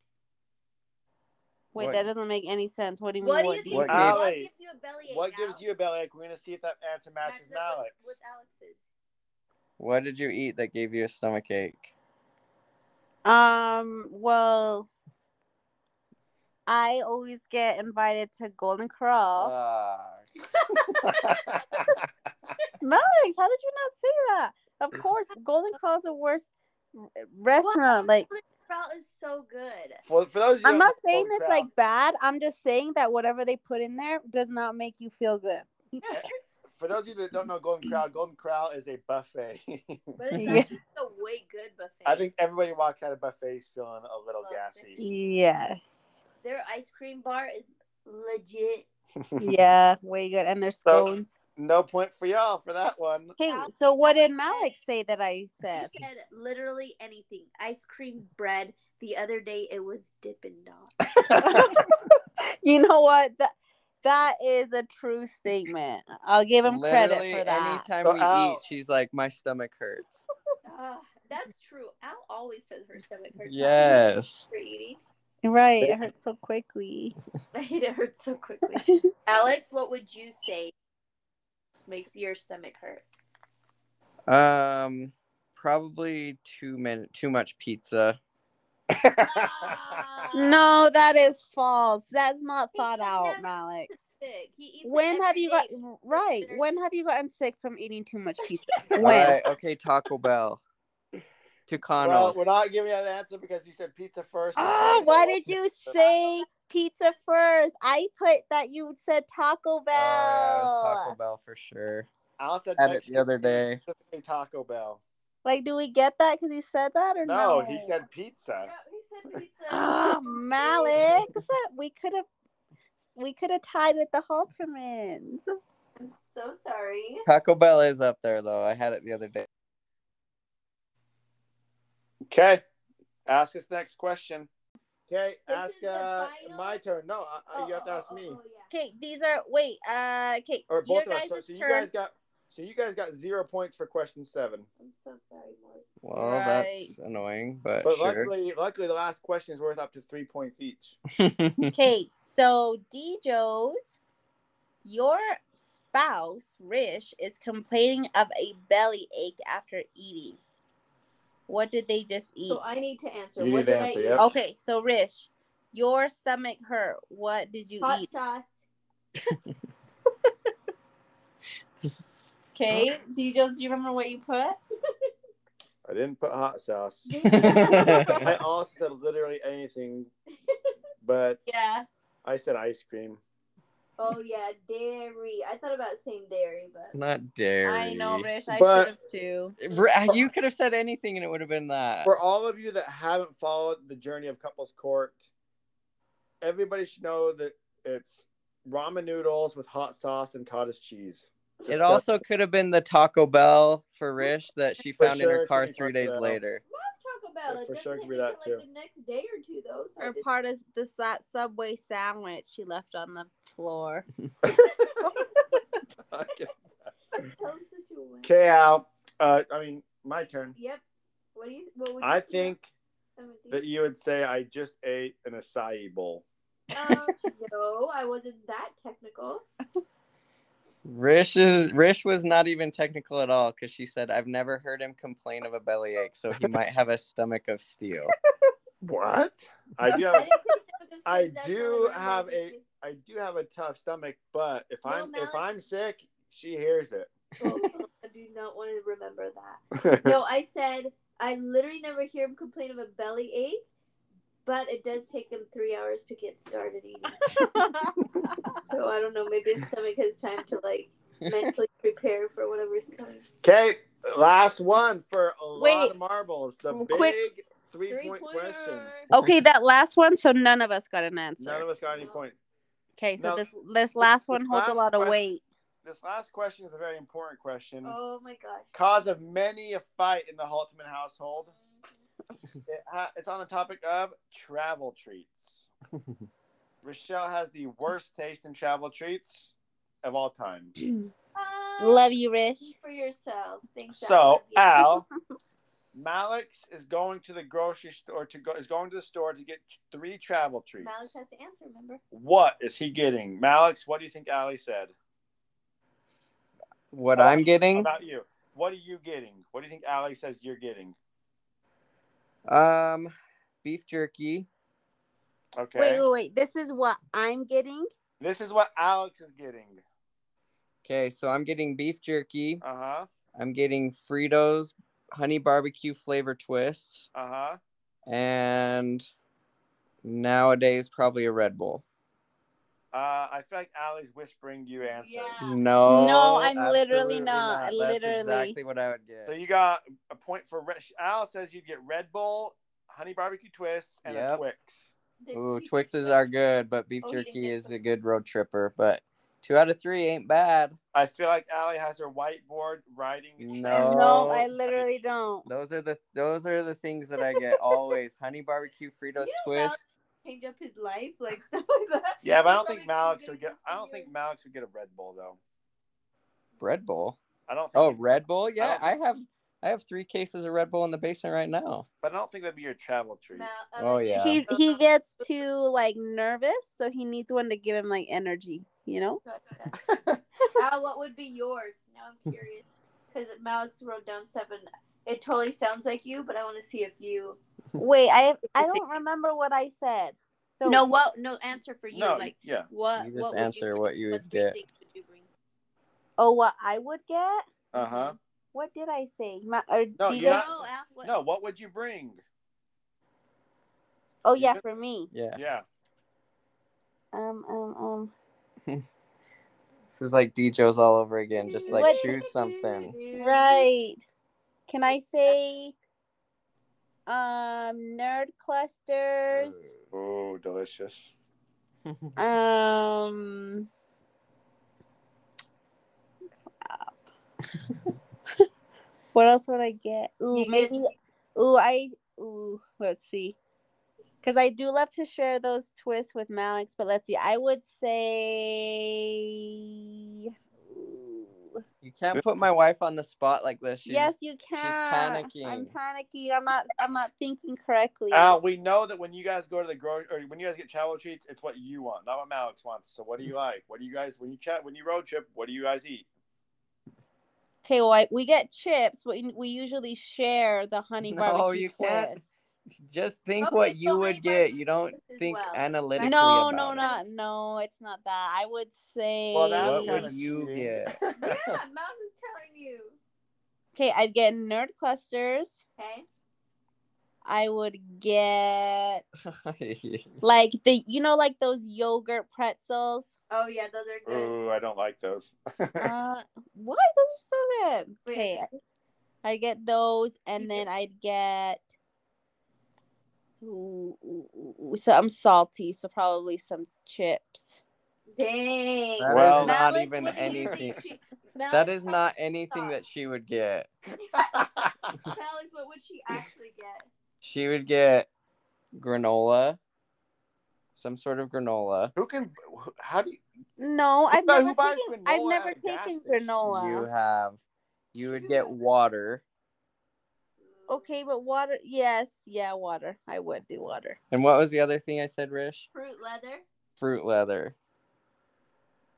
Speaker 4: Wait,
Speaker 2: What-
Speaker 4: that doesn't make any sense. What do you mean?
Speaker 3: What do you think? What,
Speaker 2: What
Speaker 5: gave-
Speaker 3: gives you a belly ache?
Speaker 5: What gives
Speaker 3: Al?
Speaker 5: you a bellyache? We're gonna see if that answer matches
Speaker 3: Matches up
Speaker 5: Malik's.
Speaker 3: With, with Alex's.
Speaker 2: What did you eat that gave you a stomach ache?
Speaker 4: Um. Well, I always get invited to Golden Corral.
Speaker 5: Uh.
Speaker 2: Ah,
Speaker 4: Malik, how did you not see that? Of course, Golden Corral is the worst r- restaurant.
Speaker 3: Wow,
Speaker 4: Like,
Speaker 3: Golden Corral is so good.
Speaker 5: for for those, of you
Speaker 4: I'm
Speaker 5: who
Speaker 4: not
Speaker 5: haven't
Speaker 4: saying
Speaker 5: spoken
Speaker 4: it's
Speaker 5: about-
Speaker 4: like bad. I'm just saying that whatever they put in there does not make you feel good.
Speaker 5: For those of you that don't know Golden Crow, Golden Crow is a buffet.
Speaker 3: But it's
Speaker 4: Yeah.
Speaker 3: actually a way good buffet.
Speaker 5: I think everybody walks out of buffets feeling a little gassy.
Speaker 4: Yes.
Speaker 3: their ice cream bar is legit.
Speaker 4: Yeah, way good. And their
Speaker 5: So-
Speaker 4: scones.
Speaker 5: No point for y'all for that one.
Speaker 4: Okay,
Speaker 3: Al-
Speaker 4: so what did
Speaker 3: Alex
Speaker 4: Malik say that I
Speaker 3: He
Speaker 4: said?
Speaker 3: said literally anything. Ice cream, bread. The other day it was Dippin' Dot.
Speaker 4: you know what? That that is a true statement. I'll give him
Speaker 2: literally,
Speaker 4: credit for that.
Speaker 2: anytime
Speaker 5: So
Speaker 2: we
Speaker 5: Al-
Speaker 2: eat, she's like, my stomach hurts.
Speaker 3: Ah, that's true. Al always says her stomach hurts.
Speaker 2: yes.
Speaker 3: After eating.
Speaker 4: Right, it hurts so quickly.
Speaker 3: it hurts so quickly. Alex, what would you say makes your stomach hurt?
Speaker 2: Um, probably too many, too much pizza.
Speaker 3: Ah,
Speaker 4: No, that is false. That's not
Speaker 3: He
Speaker 4: thought
Speaker 3: would
Speaker 4: out,
Speaker 3: never
Speaker 4: Malik.
Speaker 3: He's sick. He eats it
Speaker 4: When have
Speaker 3: every
Speaker 4: you got
Speaker 3: day.
Speaker 4: right?
Speaker 3: consider-
Speaker 4: When have you gotten sick from eating too much pizza?
Speaker 5: All
Speaker 2: All
Speaker 4: When?
Speaker 2: right, okay, Taco Bell.
Speaker 5: well,
Speaker 2: Tucano's.
Speaker 5: we're not giving you that answer because you said pizza first.
Speaker 4: Oh, why did you say pizza first? I put that you said Taco Bell.
Speaker 2: Oh, yeah, it was Taco Bell for sure.
Speaker 5: Al said
Speaker 2: Had it
Speaker 5: Mexican
Speaker 2: the other day.
Speaker 5: specifically Taco Bell.
Speaker 4: Like, do we get that because he said that or
Speaker 5: No,
Speaker 4: no?
Speaker 5: he said pizza.
Speaker 3: Yeah, he said pizza.
Speaker 4: Oh, Malik, we could have, we could have tied with the Haltermans.
Speaker 3: I'm so sorry.
Speaker 2: Taco Bell is up there though. I had it the other day.
Speaker 5: Okay, ask us next question. Okay,
Speaker 3: This is
Speaker 5: ask
Speaker 3: the
Speaker 5: uh,
Speaker 3: final-
Speaker 5: my turn. No, I, I Oh, you have to
Speaker 3: Oh,
Speaker 4: Oh,
Speaker 5: ask me.
Speaker 4: Okay, these are wait. Uh, okay,
Speaker 5: or
Speaker 4: your
Speaker 5: both of us.
Speaker 4: guys'
Speaker 5: So, so you
Speaker 4: turn.
Speaker 5: guys got so you guys got zero points for question seven.
Speaker 3: I'm so sorry, Morris.
Speaker 2: Well,
Speaker 4: Right.
Speaker 2: that's annoying, but,
Speaker 5: But
Speaker 2: Uh, sure.
Speaker 5: luckily, luckily, the last question is worth up to three points each.
Speaker 4: Okay, so Djo's, your spouse Rish is complaining of a belly ache after eating. What did they just eat?
Speaker 3: So I need to answer.
Speaker 5: You
Speaker 3: what
Speaker 5: need to
Speaker 3: did
Speaker 5: answer,
Speaker 3: I eat?
Speaker 5: yep.
Speaker 4: Okay, so Rish, your stomach hurt. What did you
Speaker 3: Hot
Speaker 4: eat?
Speaker 3: sauce.
Speaker 4: Okay, Djo's, do you remember what you put?
Speaker 5: I didn't put hot sauce. I
Speaker 2: I
Speaker 5: also said literally anything, but
Speaker 4: Yeah.
Speaker 5: I said ice cream.
Speaker 3: Oh yeah, dairy. I thought about saying dairy, but
Speaker 2: not dairy.
Speaker 4: I know, Rish. I
Speaker 5: But-
Speaker 4: could have too.
Speaker 2: R- uh, You could have said anything and it would have been that.
Speaker 5: For all of you that haven't followed the journey of Couples Court, everybody should know that it's ramen noodles with hot sauce and cottage cheese.
Speaker 2: It also could have been the Taco Bell for Rish that she
Speaker 5: For
Speaker 2: found
Speaker 5: sure,
Speaker 2: in
Speaker 5: it
Speaker 2: her
Speaker 5: could
Speaker 2: car
Speaker 5: be
Speaker 2: three
Speaker 5: Taco
Speaker 2: days
Speaker 5: Bell.
Speaker 2: later.
Speaker 3: talk about
Speaker 5: Yeah,
Speaker 3: it.
Speaker 5: for
Speaker 3: doesn't
Speaker 5: sure,
Speaker 3: it
Speaker 5: give
Speaker 3: make
Speaker 5: me that,
Speaker 3: it, like
Speaker 5: too.
Speaker 3: the next day or two though. So I
Speaker 4: Or
Speaker 3: did-
Speaker 4: part of this that Subway sandwich she left on the floor.
Speaker 3: that was such a waste.
Speaker 5: okay, Al. Uh, I mean, my turn.
Speaker 3: Yep. What do you? What would you
Speaker 5: I
Speaker 3: say?
Speaker 5: think
Speaker 3: I'm a
Speaker 5: that you would say I just ate an acai bowl.
Speaker 3: Um, no, I wasn't that technical.
Speaker 2: Rish is Rish was not even technical at all because she said, "I've never heard him complain of a bellyache, so he might have a stomach of steel."
Speaker 5: What? I do
Speaker 3: I
Speaker 5: have
Speaker 3: didn't say stomach of
Speaker 5: I
Speaker 3: soup, that's
Speaker 5: do
Speaker 3: what I
Speaker 5: have
Speaker 3: remember.
Speaker 5: I do have a tough stomach, but if
Speaker 3: No,
Speaker 5: I'm
Speaker 3: Malik.
Speaker 5: if I'm sick, she hears it.
Speaker 3: Oh, I do not want to remember that. No, I said I literally never hear him complain of a belly ache, but it does take him three hours to get started eating. So I don't know. Maybe his stomach has time to like mentally prepare for whatever's coming.
Speaker 5: okay, last one for a lot
Speaker 4: Wait.
Speaker 5: of marbles. The
Speaker 4: Well,
Speaker 5: big
Speaker 4: quick.
Speaker 5: three, point question.
Speaker 4: okay, that last one. So none of us got an
Speaker 5: None
Speaker 4: answer.
Speaker 5: of us got any point.
Speaker 4: Okay, so
Speaker 5: Now-
Speaker 4: this this last
Speaker 5: this
Speaker 4: one holds
Speaker 5: last
Speaker 4: a lot of
Speaker 5: question-
Speaker 4: weight.
Speaker 5: This last question is a very important question.
Speaker 3: Oh my gosh.
Speaker 5: Cause of many a fight in the Haltman household. It ha- it's on the topic of travel treats. Rochelle has the worst taste in travel treats of all time.
Speaker 3: Um,
Speaker 4: Love you, Rish.
Speaker 3: for yourself. Thanks.
Speaker 5: So Al, Malix is going to the grocery store to go is going to the store to get three travel treats.
Speaker 3: Malik has to answer. Remember?
Speaker 5: What is he getting, Malix? What do you think Ali said
Speaker 2: What I'm getting?
Speaker 5: about you? What are you getting? What do you think Ali says you're getting?
Speaker 2: Um, beef jerky.
Speaker 5: Okay,
Speaker 4: Wait, wait, wait. This is what I'm getting.
Speaker 5: this is what Alex is getting.
Speaker 2: Okay, so I'm getting beef jerky.
Speaker 5: Uh huh.
Speaker 2: I'm getting Fritos honey barbecue flavor twists,
Speaker 5: Uh huh.
Speaker 2: and nowadays probably a Red Bull.
Speaker 5: Uh, I feel like Ali's whispering you answers.
Speaker 3: Yeah.
Speaker 2: No,
Speaker 4: No, I'm literally
Speaker 2: absolutely
Speaker 4: not. Literally.
Speaker 2: That's exactly what I would
Speaker 5: So
Speaker 2: get.
Speaker 5: you got a point for Red. Al says you'd get Red Bull, honey barbecue twists, and a
Speaker 2: Yep.
Speaker 5: Twix.
Speaker 3: Did
Speaker 2: Ooh,
Speaker 3: we-
Speaker 2: Twixes are good, but beef
Speaker 3: Oh, he didn't
Speaker 2: jerky
Speaker 3: get
Speaker 2: is
Speaker 3: them.
Speaker 2: a good road tripper. But two out of three ain't bad.
Speaker 5: I feel like Ali has her whiteboard writing.
Speaker 2: No.
Speaker 4: No, I literally don't.
Speaker 2: Those are the those are the things that I get always. Honey barbecue Fritos
Speaker 3: You know
Speaker 2: twist.
Speaker 3: Change up his life, like stuff like that.
Speaker 5: Yeah, but I don't
Speaker 3: Probably
Speaker 5: think Malik
Speaker 3: good
Speaker 5: would get.
Speaker 3: enough for
Speaker 5: I don't
Speaker 3: you.
Speaker 5: think Malik would get a Red Bull though.
Speaker 2: Red Bull.
Speaker 5: I don't. Think
Speaker 2: Oh, Red Bull. Yeah,
Speaker 5: don't-
Speaker 2: I have I have three cases of Red Bull in the basement right now.
Speaker 5: But I don't think that'd be your travel treat.
Speaker 3: Mal- I
Speaker 2: Oh,
Speaker 3: like-
Speaker 2: yeah.
Speaker 4: He he gets too like nervous, so he needs one to give him like energy. You know.
Speaker 3: Al, Uh, what would be yours? Now I'm curious because Malik's wrote down seven. It totally sounds like you, but I want to see if you.
Speaker 4: Wait, I I
Speaker 3: the same.
Speaker 4: don't remember what I said. So
Speaker 3: no, what? No answer for you.
Speaker 5: no.
Speaker 3: Like
Speaker 5: yeah.
Speaker 3: Uh, what?
Speaker 2: you
Speaker 3: what
Speaker 2: just
Speaker 3: would you
Speaker 2: answer
Speaker 3: bring?
Speaker 2: what you
Speaker 3: What
Speaker 2: would
Speaker 3: three
Speaker 2: get.
Speaker 3: things would you bring?
Speaker 4: Oh, what I would get?
Speaker 5: Uh huh.
Speaker 4: What did I say? My, or
Speaker 5: No,
Speaker 4: did
Speaker 5: you're
Speaker 4: I-
Speaker 5: not-
Speaker 3: No, Al, what-
Speaker 5: No, what would you bring?
Speaker 4: Oh
Speaker 5: you're
Speaker 4: yeah,
Speaker 5: good.
Speaker 4: for me.
Speaker 2: Yeah.
Speaker 5: Yeah.
Speaker 4: Um um um.
Speaker 2: This is like DJs all over again. Just like choose something.
Speaker 4: Right. Can I say? Um, nerd clusters.
Speaker 5: Oh, delicious.
Speaker 4: Um. what else would I get? Ooh,
Speaker 3: You get-
Speaker 4: maybe. Ooh, I. Ooh, let's see. Because I do love to share those twists with Malix, but let's see. I would say. Ooh.
Speaker 2: You can't put my wife on the spot like this. She's,
Speaker 4: yes, you can. I'm
Speaker 2: panicking.
Speaker 4: panicking. I'm not. I'm not thinking correctly.
Speaker 5: Al, we know that when you guys go to the grocery or when you guys get travel treats, it's what you want, not what Malik wants. So what do you like? What do you guys when you chat when you road trip? What do you guys eat?
Speaker 4: Okay, well, I, we get chips, but we- we usually share the honey
Speaker 2: No,
Speaker 4: barbecue
Speaker 2: you
Speaker 4: twist.
Speaker 2: can't. Just think
Speaker 3: Okay,
Speaker 2: what
Speaker 3: so
Speaker 2: you
Speaker 3: honey
Speaker 2: would get.
Speaker 3: barbecue
Speaker 2: You don't
Speaker 3: twist as
Speaker 2: think
Speaker 3: well, right?
Speaker 2: analytically.
Speaker 4: No,
Speaker 2: about
Speaker 4: no,
Speaker 2: it.
Speaker 4: not no. It's not that. I would say.
Speaker 5: Well, that's
Speaker 2: What
Speaker 5: kinda
Speaker 2: would you
Speaker 5: cheating.
Speaker 2: get?
Speaker 3: Yeah, Malik is telling you.
Speaker 4: okay, I'd get nerd clusters.
Speaker 3: Okay.
Speaker 4: I would get like the you know like those yogurt pretzels.
Speaker 3: Oh yeah, those are good.
Speaker 5: Ooh, I don't like those.
Speaker 4: Uh, what? Those are so good. Okay, I I'd get those, and then I'd get. Ooh, ooh, ooh, ooh, so I'm salty, so probably some chips.
Speaker 3: Dang.
Speaker 2: That
Speaker 5: Well-
Speaker 2: is not
Speaker 3: Malik,
Speaker 2: even
Speaker 3: what do you think
Speaker 2: anything.
Speaker 3: she-
Speaker 2: That
Speaker 3: Malik,
Speaker 2: is
Speaker 3: how-
Speaker 2: not anything
Speaker 3: thought.
Speaker 2: that she would get.
Speaker 3: Alex, what would she actually get?
Speaker 2: She would get granola, some sort of granola.
Speaker 5: Who can? How do you?
Speaker 4: No,
Speaker 5: Who
Speaker 4: I've
Speaker 5: bu- who
Speaker 4: never
Speaker 5: buys
Speaker 4: taken.
Speaker 5: granola
Speaker 4: I've
Speaker 5: at
Speaker 4: never
Speaker 5: a gas
Speaker 4: taken
Speaker 2: You
Speaker 5: station?
Speaker 4: granola.
Speaker 2: have. You would get water.
Speaker 4: Okay, but water. Yes, yeah, water. I would do water.
Speaker 2: And what was the other thing I said, Rish?
Speaker 3: Fruit leather.
Speaker 2: Fruit leather.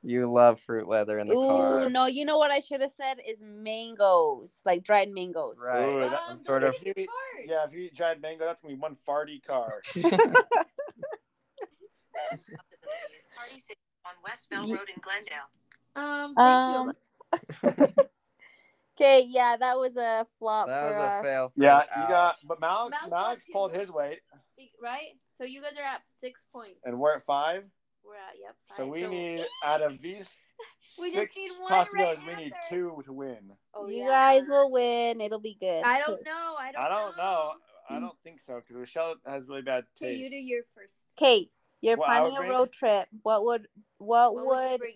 Speaker 2: You love fruit leather in the car.
Speaker 4: Ooh, no! You know what I should have said is mangoes, like dried mangoes.
Speaker 2: Right.
Speaker 5: Ooh, that-
Speaker 3: Um,
Speaker 2: sort
Speaker 3: those
Speaker 2: of-
Speaker 3: are the
Speaker 5: Yeah,
Speaker 3: cards.
Speaker 5: Yeah, if you eat dried mango, that's gonna be one farty car.
Speaker 6: Party City on West Bell
Speaker 4: Ye-
Speaker 6: Road in Glendale.
Speaker 3: Um, thank you.
Speaker 4: Um.
Speaker 2: that
Speaker 4: Okay, yeah, that was a flop for
Speaker 2: was a
Speaker 4: us.
Speaker 2: fail. for
Speaker 5: yeah,
Speaker 2: Al.
Speaker 5: you got. But Malik's
Speaker 3: Malik's
Speaker 5: Malik's
Speaker 3: not
Speaker 5: pulled
Speaker 3: too-
Speaker 5: his weight,
Speaker 3: right? So you guys are at six points.
Speaker 5: and we're at five.
Speaker 3: We're at yep. Five.
Speaker 5: So we need out of these
Speaker 3: We just
Speaker 5: six
Speaker 3: need one right
Speaker 5: possibilities, we need
Speaker 3: answer.
Speaker 5: two to win.
Speaker 3: Oh,
Speaker 4: you
Speaker 3: yeah.
Speaker 4: guys will win. It'll be good.
Speaker 3: I don't know. I don't.
Speaker 5: I don't know. I don't think so because Rochelle has really bad
Speaker 3: Okay,
Speaker 5: taste.
Speaker 3: you do your first.
Speaker 4: Okay, you're
Speaker 5: Well, I
Speaker 4: planning
Speaker 5: would
Speaker 4: a
Speaker 5: bring-
Speaker 4: road trip. What would what,
Speaker 3: What would you
Speaker 4: would
Speaker 3: bring?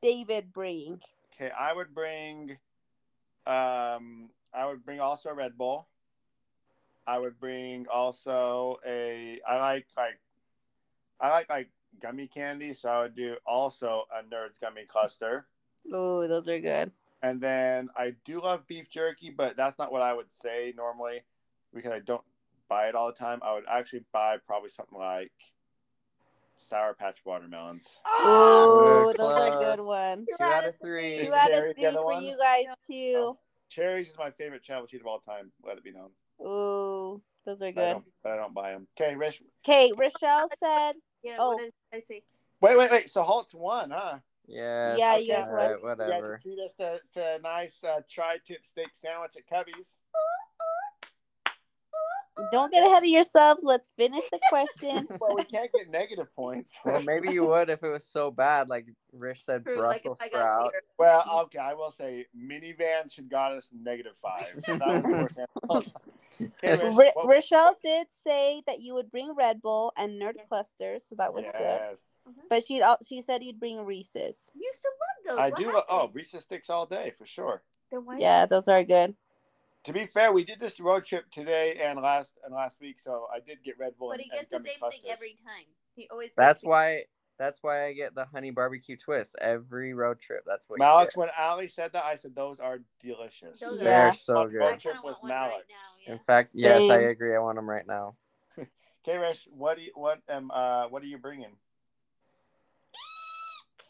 Speaker 4: David bring?
Speaker 5: Okay, I would bring, um, I would bring also a Red Bull. I would bring also a. I like like I like like gummy candy, so I would do also a Nerds gummy cluster.
Speaker 4: Oh, those are good.
Speaker 5: And then I do love beef jerky, but that's not what I would say normally because I don't buy it all the time. I would actually buy probably something like Sour Patch watermelons.
Speaker 4: Oh,
Speaker 3: Ah!
Speaker 2: we're
Speaker 4: those are good
Speaker 2: close.
Speaker 4: ones.
Speaker 2: Two out of three.
Speaker 4: Two
Speaker 5: Did
Speaker 4: out of
Speaker 5: Jerry
Speaker 4: three
Speaker 5: get
Speaker 4: for
Speaker 5: one?
Speaker 4: you guys too.
Speaker 5: Cherries is my favorite travel cheat of all time. Let it be known.
Speaker 4: Ooh, those are
Speaker 5: But I
Speaker 4: good.
Speaker 5: don't, but I don't buy them. Okay, Rich.
Speaker 4: Okay, Rochelle said,
Speaker 3: Yeah,
Speaker 4: Oh.
Speaker 3: what did I say?
Speaker 5: Wait, wait, wait. So Halt's one, huh?
Speaker 2: Yeah.
Speaker 4: "Yeah,
Speaker 3: okay.
Speaker 4: you guys
Speaker 2: All
Speaker 4: won."
Speaker 2: right, whatever.
Speaker 5: You guys can treat us to, to a nice uh, tri-tip steak sandwich at Cubby's.
Speaker 4: Don't get ahead of yourselves. Let's finish the question.
Speaker 5: Well, we can't get negative points.
Speaker 2: Well, maybe you would if it was so bad, like Rish said,
Speaker 3: Fruit, like, if
Speaker 2: Brussels
Speaker 3: I got zero.
Speaker 2: sprouts.
Speaker 5: Well, okay, I will say minivan should got us negative five. That was the worst answer. Okay, Rich,
Speaker 4: R-
Speaker 5: what-
Speaker 4: Rochelle did say that you would bring Red Bull and Nerd Cluster, so that was good.
Speaker 5: yes.
Speaker 4: But she al- she said you'd bring Reese's.
Speaker 3: You used to love those.
Speaker 5: I
Speaker 3: What
Speaker 5: do.
Speaker 3: happened?
Speaker 5: Oh, reach the sticks all day for sure.
Speaker 3: Then why
Speaker 4: Yeah, those are good.
Speaker 5: To be fair, we did this road trip today and last and last week, so I did get Red Bull.
Speaker 3: But
Speaker 5: and,
Speaker 3: he gets the
Speaker 5: and gummy
Speaker 3: same
Speaker 5: clusters.
Speaker 3: thing every time. He always. gets
Speaker 2: That's
Speaker 3: it.
Speaker 2: why. That's why I get the honey barbecue twist every road trip. That's what. you
Speaker 5: Malik,
Speaker 2: get.
Speaker 5: when Ali said that, I said those are delicious.
Speaker 3: Those
Speaker 4: Yeah.
Speaker 2: They're
Speaker 4: Yeah.
Speaker 2: so
Speaker 5: Fuck
Speaker 3: I
Speaker 5: road
Speaker 2: good.
Speaker 5: trip
Speaker 3: kinda
Speaker 5: was
Speaker 3: want one right
Speaker 5: Malik.
Speaker 3: now, yeah.
Speaker 2: In fact, yes, I
Speaker 4: Same.
Speaker 2: agree. I want them right now.
Speaker 5: Okay, Rish, what do you, what am uh what are you bringing?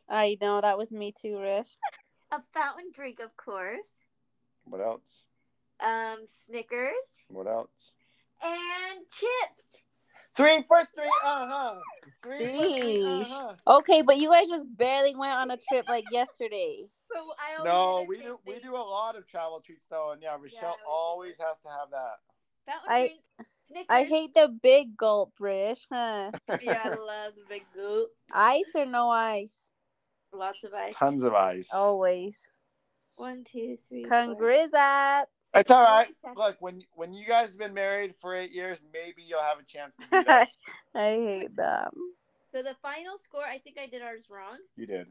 Speaker 4: I know that was me too, Rish.
Speaker 3: A fountain drink, of course.
Speaker 5: What else?
Speaker 3: Um, Snickers
Speaker 5: What else?
Speaker 3: and chips.
Speaker 5: Three for three, uh huh. Three for three,
Speaker 4: Jeez.
Speaker 5: uh-huh.
Speaker 4: Okay, but you guys just barely went on a trip like yesterday.
Speaker 3: But I always
Speaker 5: No,
Speaker 3: the
Speaker 5: we
Speaker 3: same
Speaker 5: do we
Speaker 3: thing.
Speaker 5: do a lot of travel treats though, and yeah, Rochelle
Speaker 3: we do.
Speaker 5: always has to have that.
Speaker 3: Fountain
Speaker 4: I-
Speaker 3: drink, Snickers.
Speaker 4: I hate the big gulp, Rish. Huh?
Speaker 3: Yeah, I love the big goop.
Speaker 4: Ice or no ice?
Speaker 3: Lots of ice.
Speaker 5: Tons of ice.
Speaker 4: Oh, Always.
Speaker 3: One, two, three. four.
Speaker 4: Congrats.
Speaker 5: It's all right.
Speaker 3: Exactly.
Speaker 5: Look, when when you guys have been married for eight years, maybe you'll have a chance to do that.
Speaker 4: I hate them.
Speaker 3: So the final score, I think I did ours wrong.
Speaker 5: you did.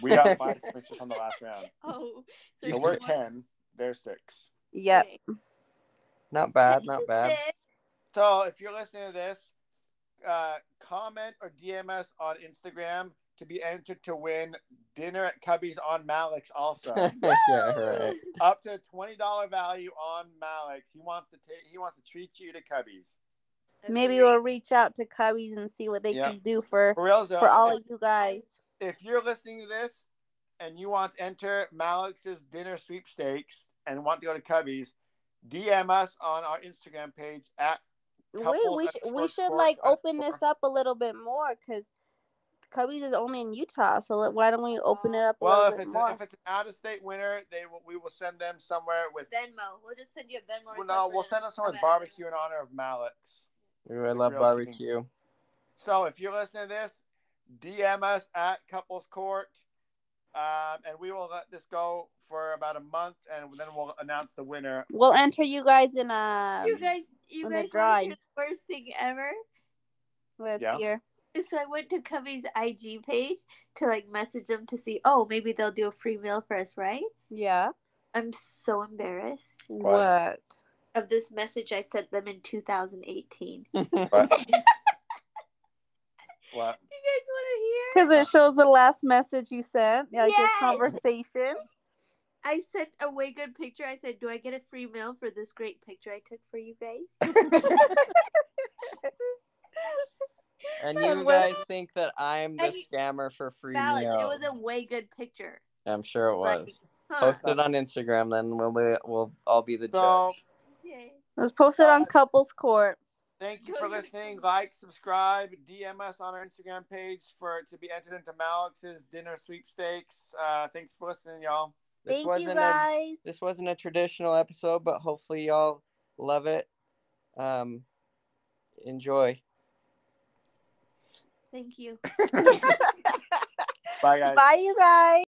Speaker 5: We got five points just on the last round.
Speaker 3: Oh,
Speaker 5: So
Speaker 2: You
Speaker 5: we're
Speaker 3: she won.
Speaker 5: ten. They're six.
Speaker 4: Yep.
Speaker 3: Okay.
Speaker 2: Not bad. Not
Speaker 3: Six.
Speaker 2: bad.
Speaker 5: So if you're listening to this, uh, comment or DM us on Instagram to be entered to win dinner at Cubby's on Malik's also.
Speaker 2: yeah. Right.
Speaker 5: Up to twenty dollar value on Malik's. He wants to take he wants to treat you to Cubby's.
Speaker 3: Okay.
Speaker 4: Maybe we'll reach out to Cubbies and see what they
Speaker 5: Yeah.
Speaker 4: can do for
Speaker 5: For real though,
Speaker 4: for all
Speaker 5: if-
Speaker 4: of you guys.
Speaker 5: if you're listening to this and you want to enter Malik's dinner sweepstakes and want to go to Cubby's, DM us on our Instagram page at
Speaker 4: Wait,
Speaker 5: Couple
Speaker 4: we should we
Speaker 5: underscore
Speaker 4: should
Speaker 5: four
Speaker 4: like open
Speaker 5: underscore.
Speaker 4: this up a little bit more because Cubbies is only in Utah, so let- why don't we open it up a
Speaker 5: well
Speaker 4: little
Speaker 5: if
Speaker 4: bit
Speaker 5: it's
Speaker 4: more?
Speaker 5: if it's an out of state winner, they will, we will send them somewhere with
Speaker 3: Venmo. We'll just send you a Venmo. request
Speaker 5: well, no
Speaker 3: for
Speaker 5: we'll
Speaker 3: them.
Speaker 5: send them somewhere with
Speaker 3: How about that?
Speaker 5: barbecue in honor of Malik's.
Speaker 2: Ooh, I love
Speaker 5: Real
Speaker 2: barbecue.
Speaker 5: So if you're listening to this, DM us at Couples Court, um, and we will let this go for about a month, and then we'll announce the winner.
Speaker 4: We'll enter you guys in um, a.
Speaker 3: You guys, you
Speaker 4: on
Speaker 3: guys wanna
Speaker 4: the drive.
Speaker 3: hear the worst thing ever.
Speaker 4: Let's
Speaker 5: Yeah.
Speaker 4: hear.
Speaker 3: So I went to Cubby's IG page to like message them to see, oh, maybe they'll do a free meal for us, right?
Speaker 4: Yeah.
Speaker 3: I'm so embarrassed
Speaker 4: What?
Speaker 3: of this message I sent them in 2018. You
Speaker 5: What? what?
Speaker 3: guys want to hear?
Speaker 4: Because it shows the last message you sent, like this
Speaker 3: Yes!
Speaker 4: conversation.
Speaker 3: I sent a way good picture. I said, do I get a free meal for this great picture I took for you guys?
Speaker 2: And
Speaker 4: And
Speaker 2: you
Speaker 4: what-
Speaker 2: guys think that I'm the
Speaker 3: And you-
Speaker 2: scammer for free
Speaker 3: Alex, it was
Speaker 2: meals?
Speaker 3: a way good picture.
Speaker 2: I'm sure it
Speaker 3: Like,
Speaker 2: was.
Speaker 3: huh.
Speaker 2: Post it on Instagram, then we'll be, we'll all be the
Speaker 5: So
Speaker 2: judge.
Speaker 3: Okay.
Speaker 4: Let's post it on Couples Court.
Speaker 5: thank you for listening. Like, subscribe, DM us on our Instagram page for to be entered into Malik's dinner sweepstakes. Uh, thanks for listening, y'all.
Speaker 2: This
Speaker 4: Thank you
Speaker 2: wasn't a
Speaker 4: guys.
Speaker 2: this wasn't a traditional episode, but hopefully y'all love it. Um, enjoy.
Speaker 3: Thank you.
Speaker 5: Bye, guys.
Speaker 4: Bye, you guys.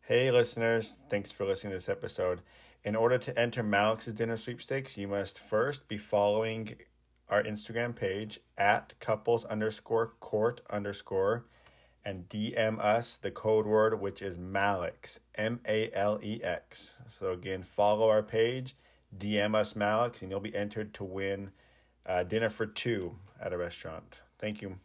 Speaker 5: Hey, listeners, thanks for listening to this episode. In order to enter Malik's dinner sweepstakes, you must first be following our Instagram page at couples underscore court underscore and DM us the code word, which is Malix, M A L E X. So, again, follow our page, DM us Malix, and you'll be entered to win uh, dinner for two at a restaurant. Thank you.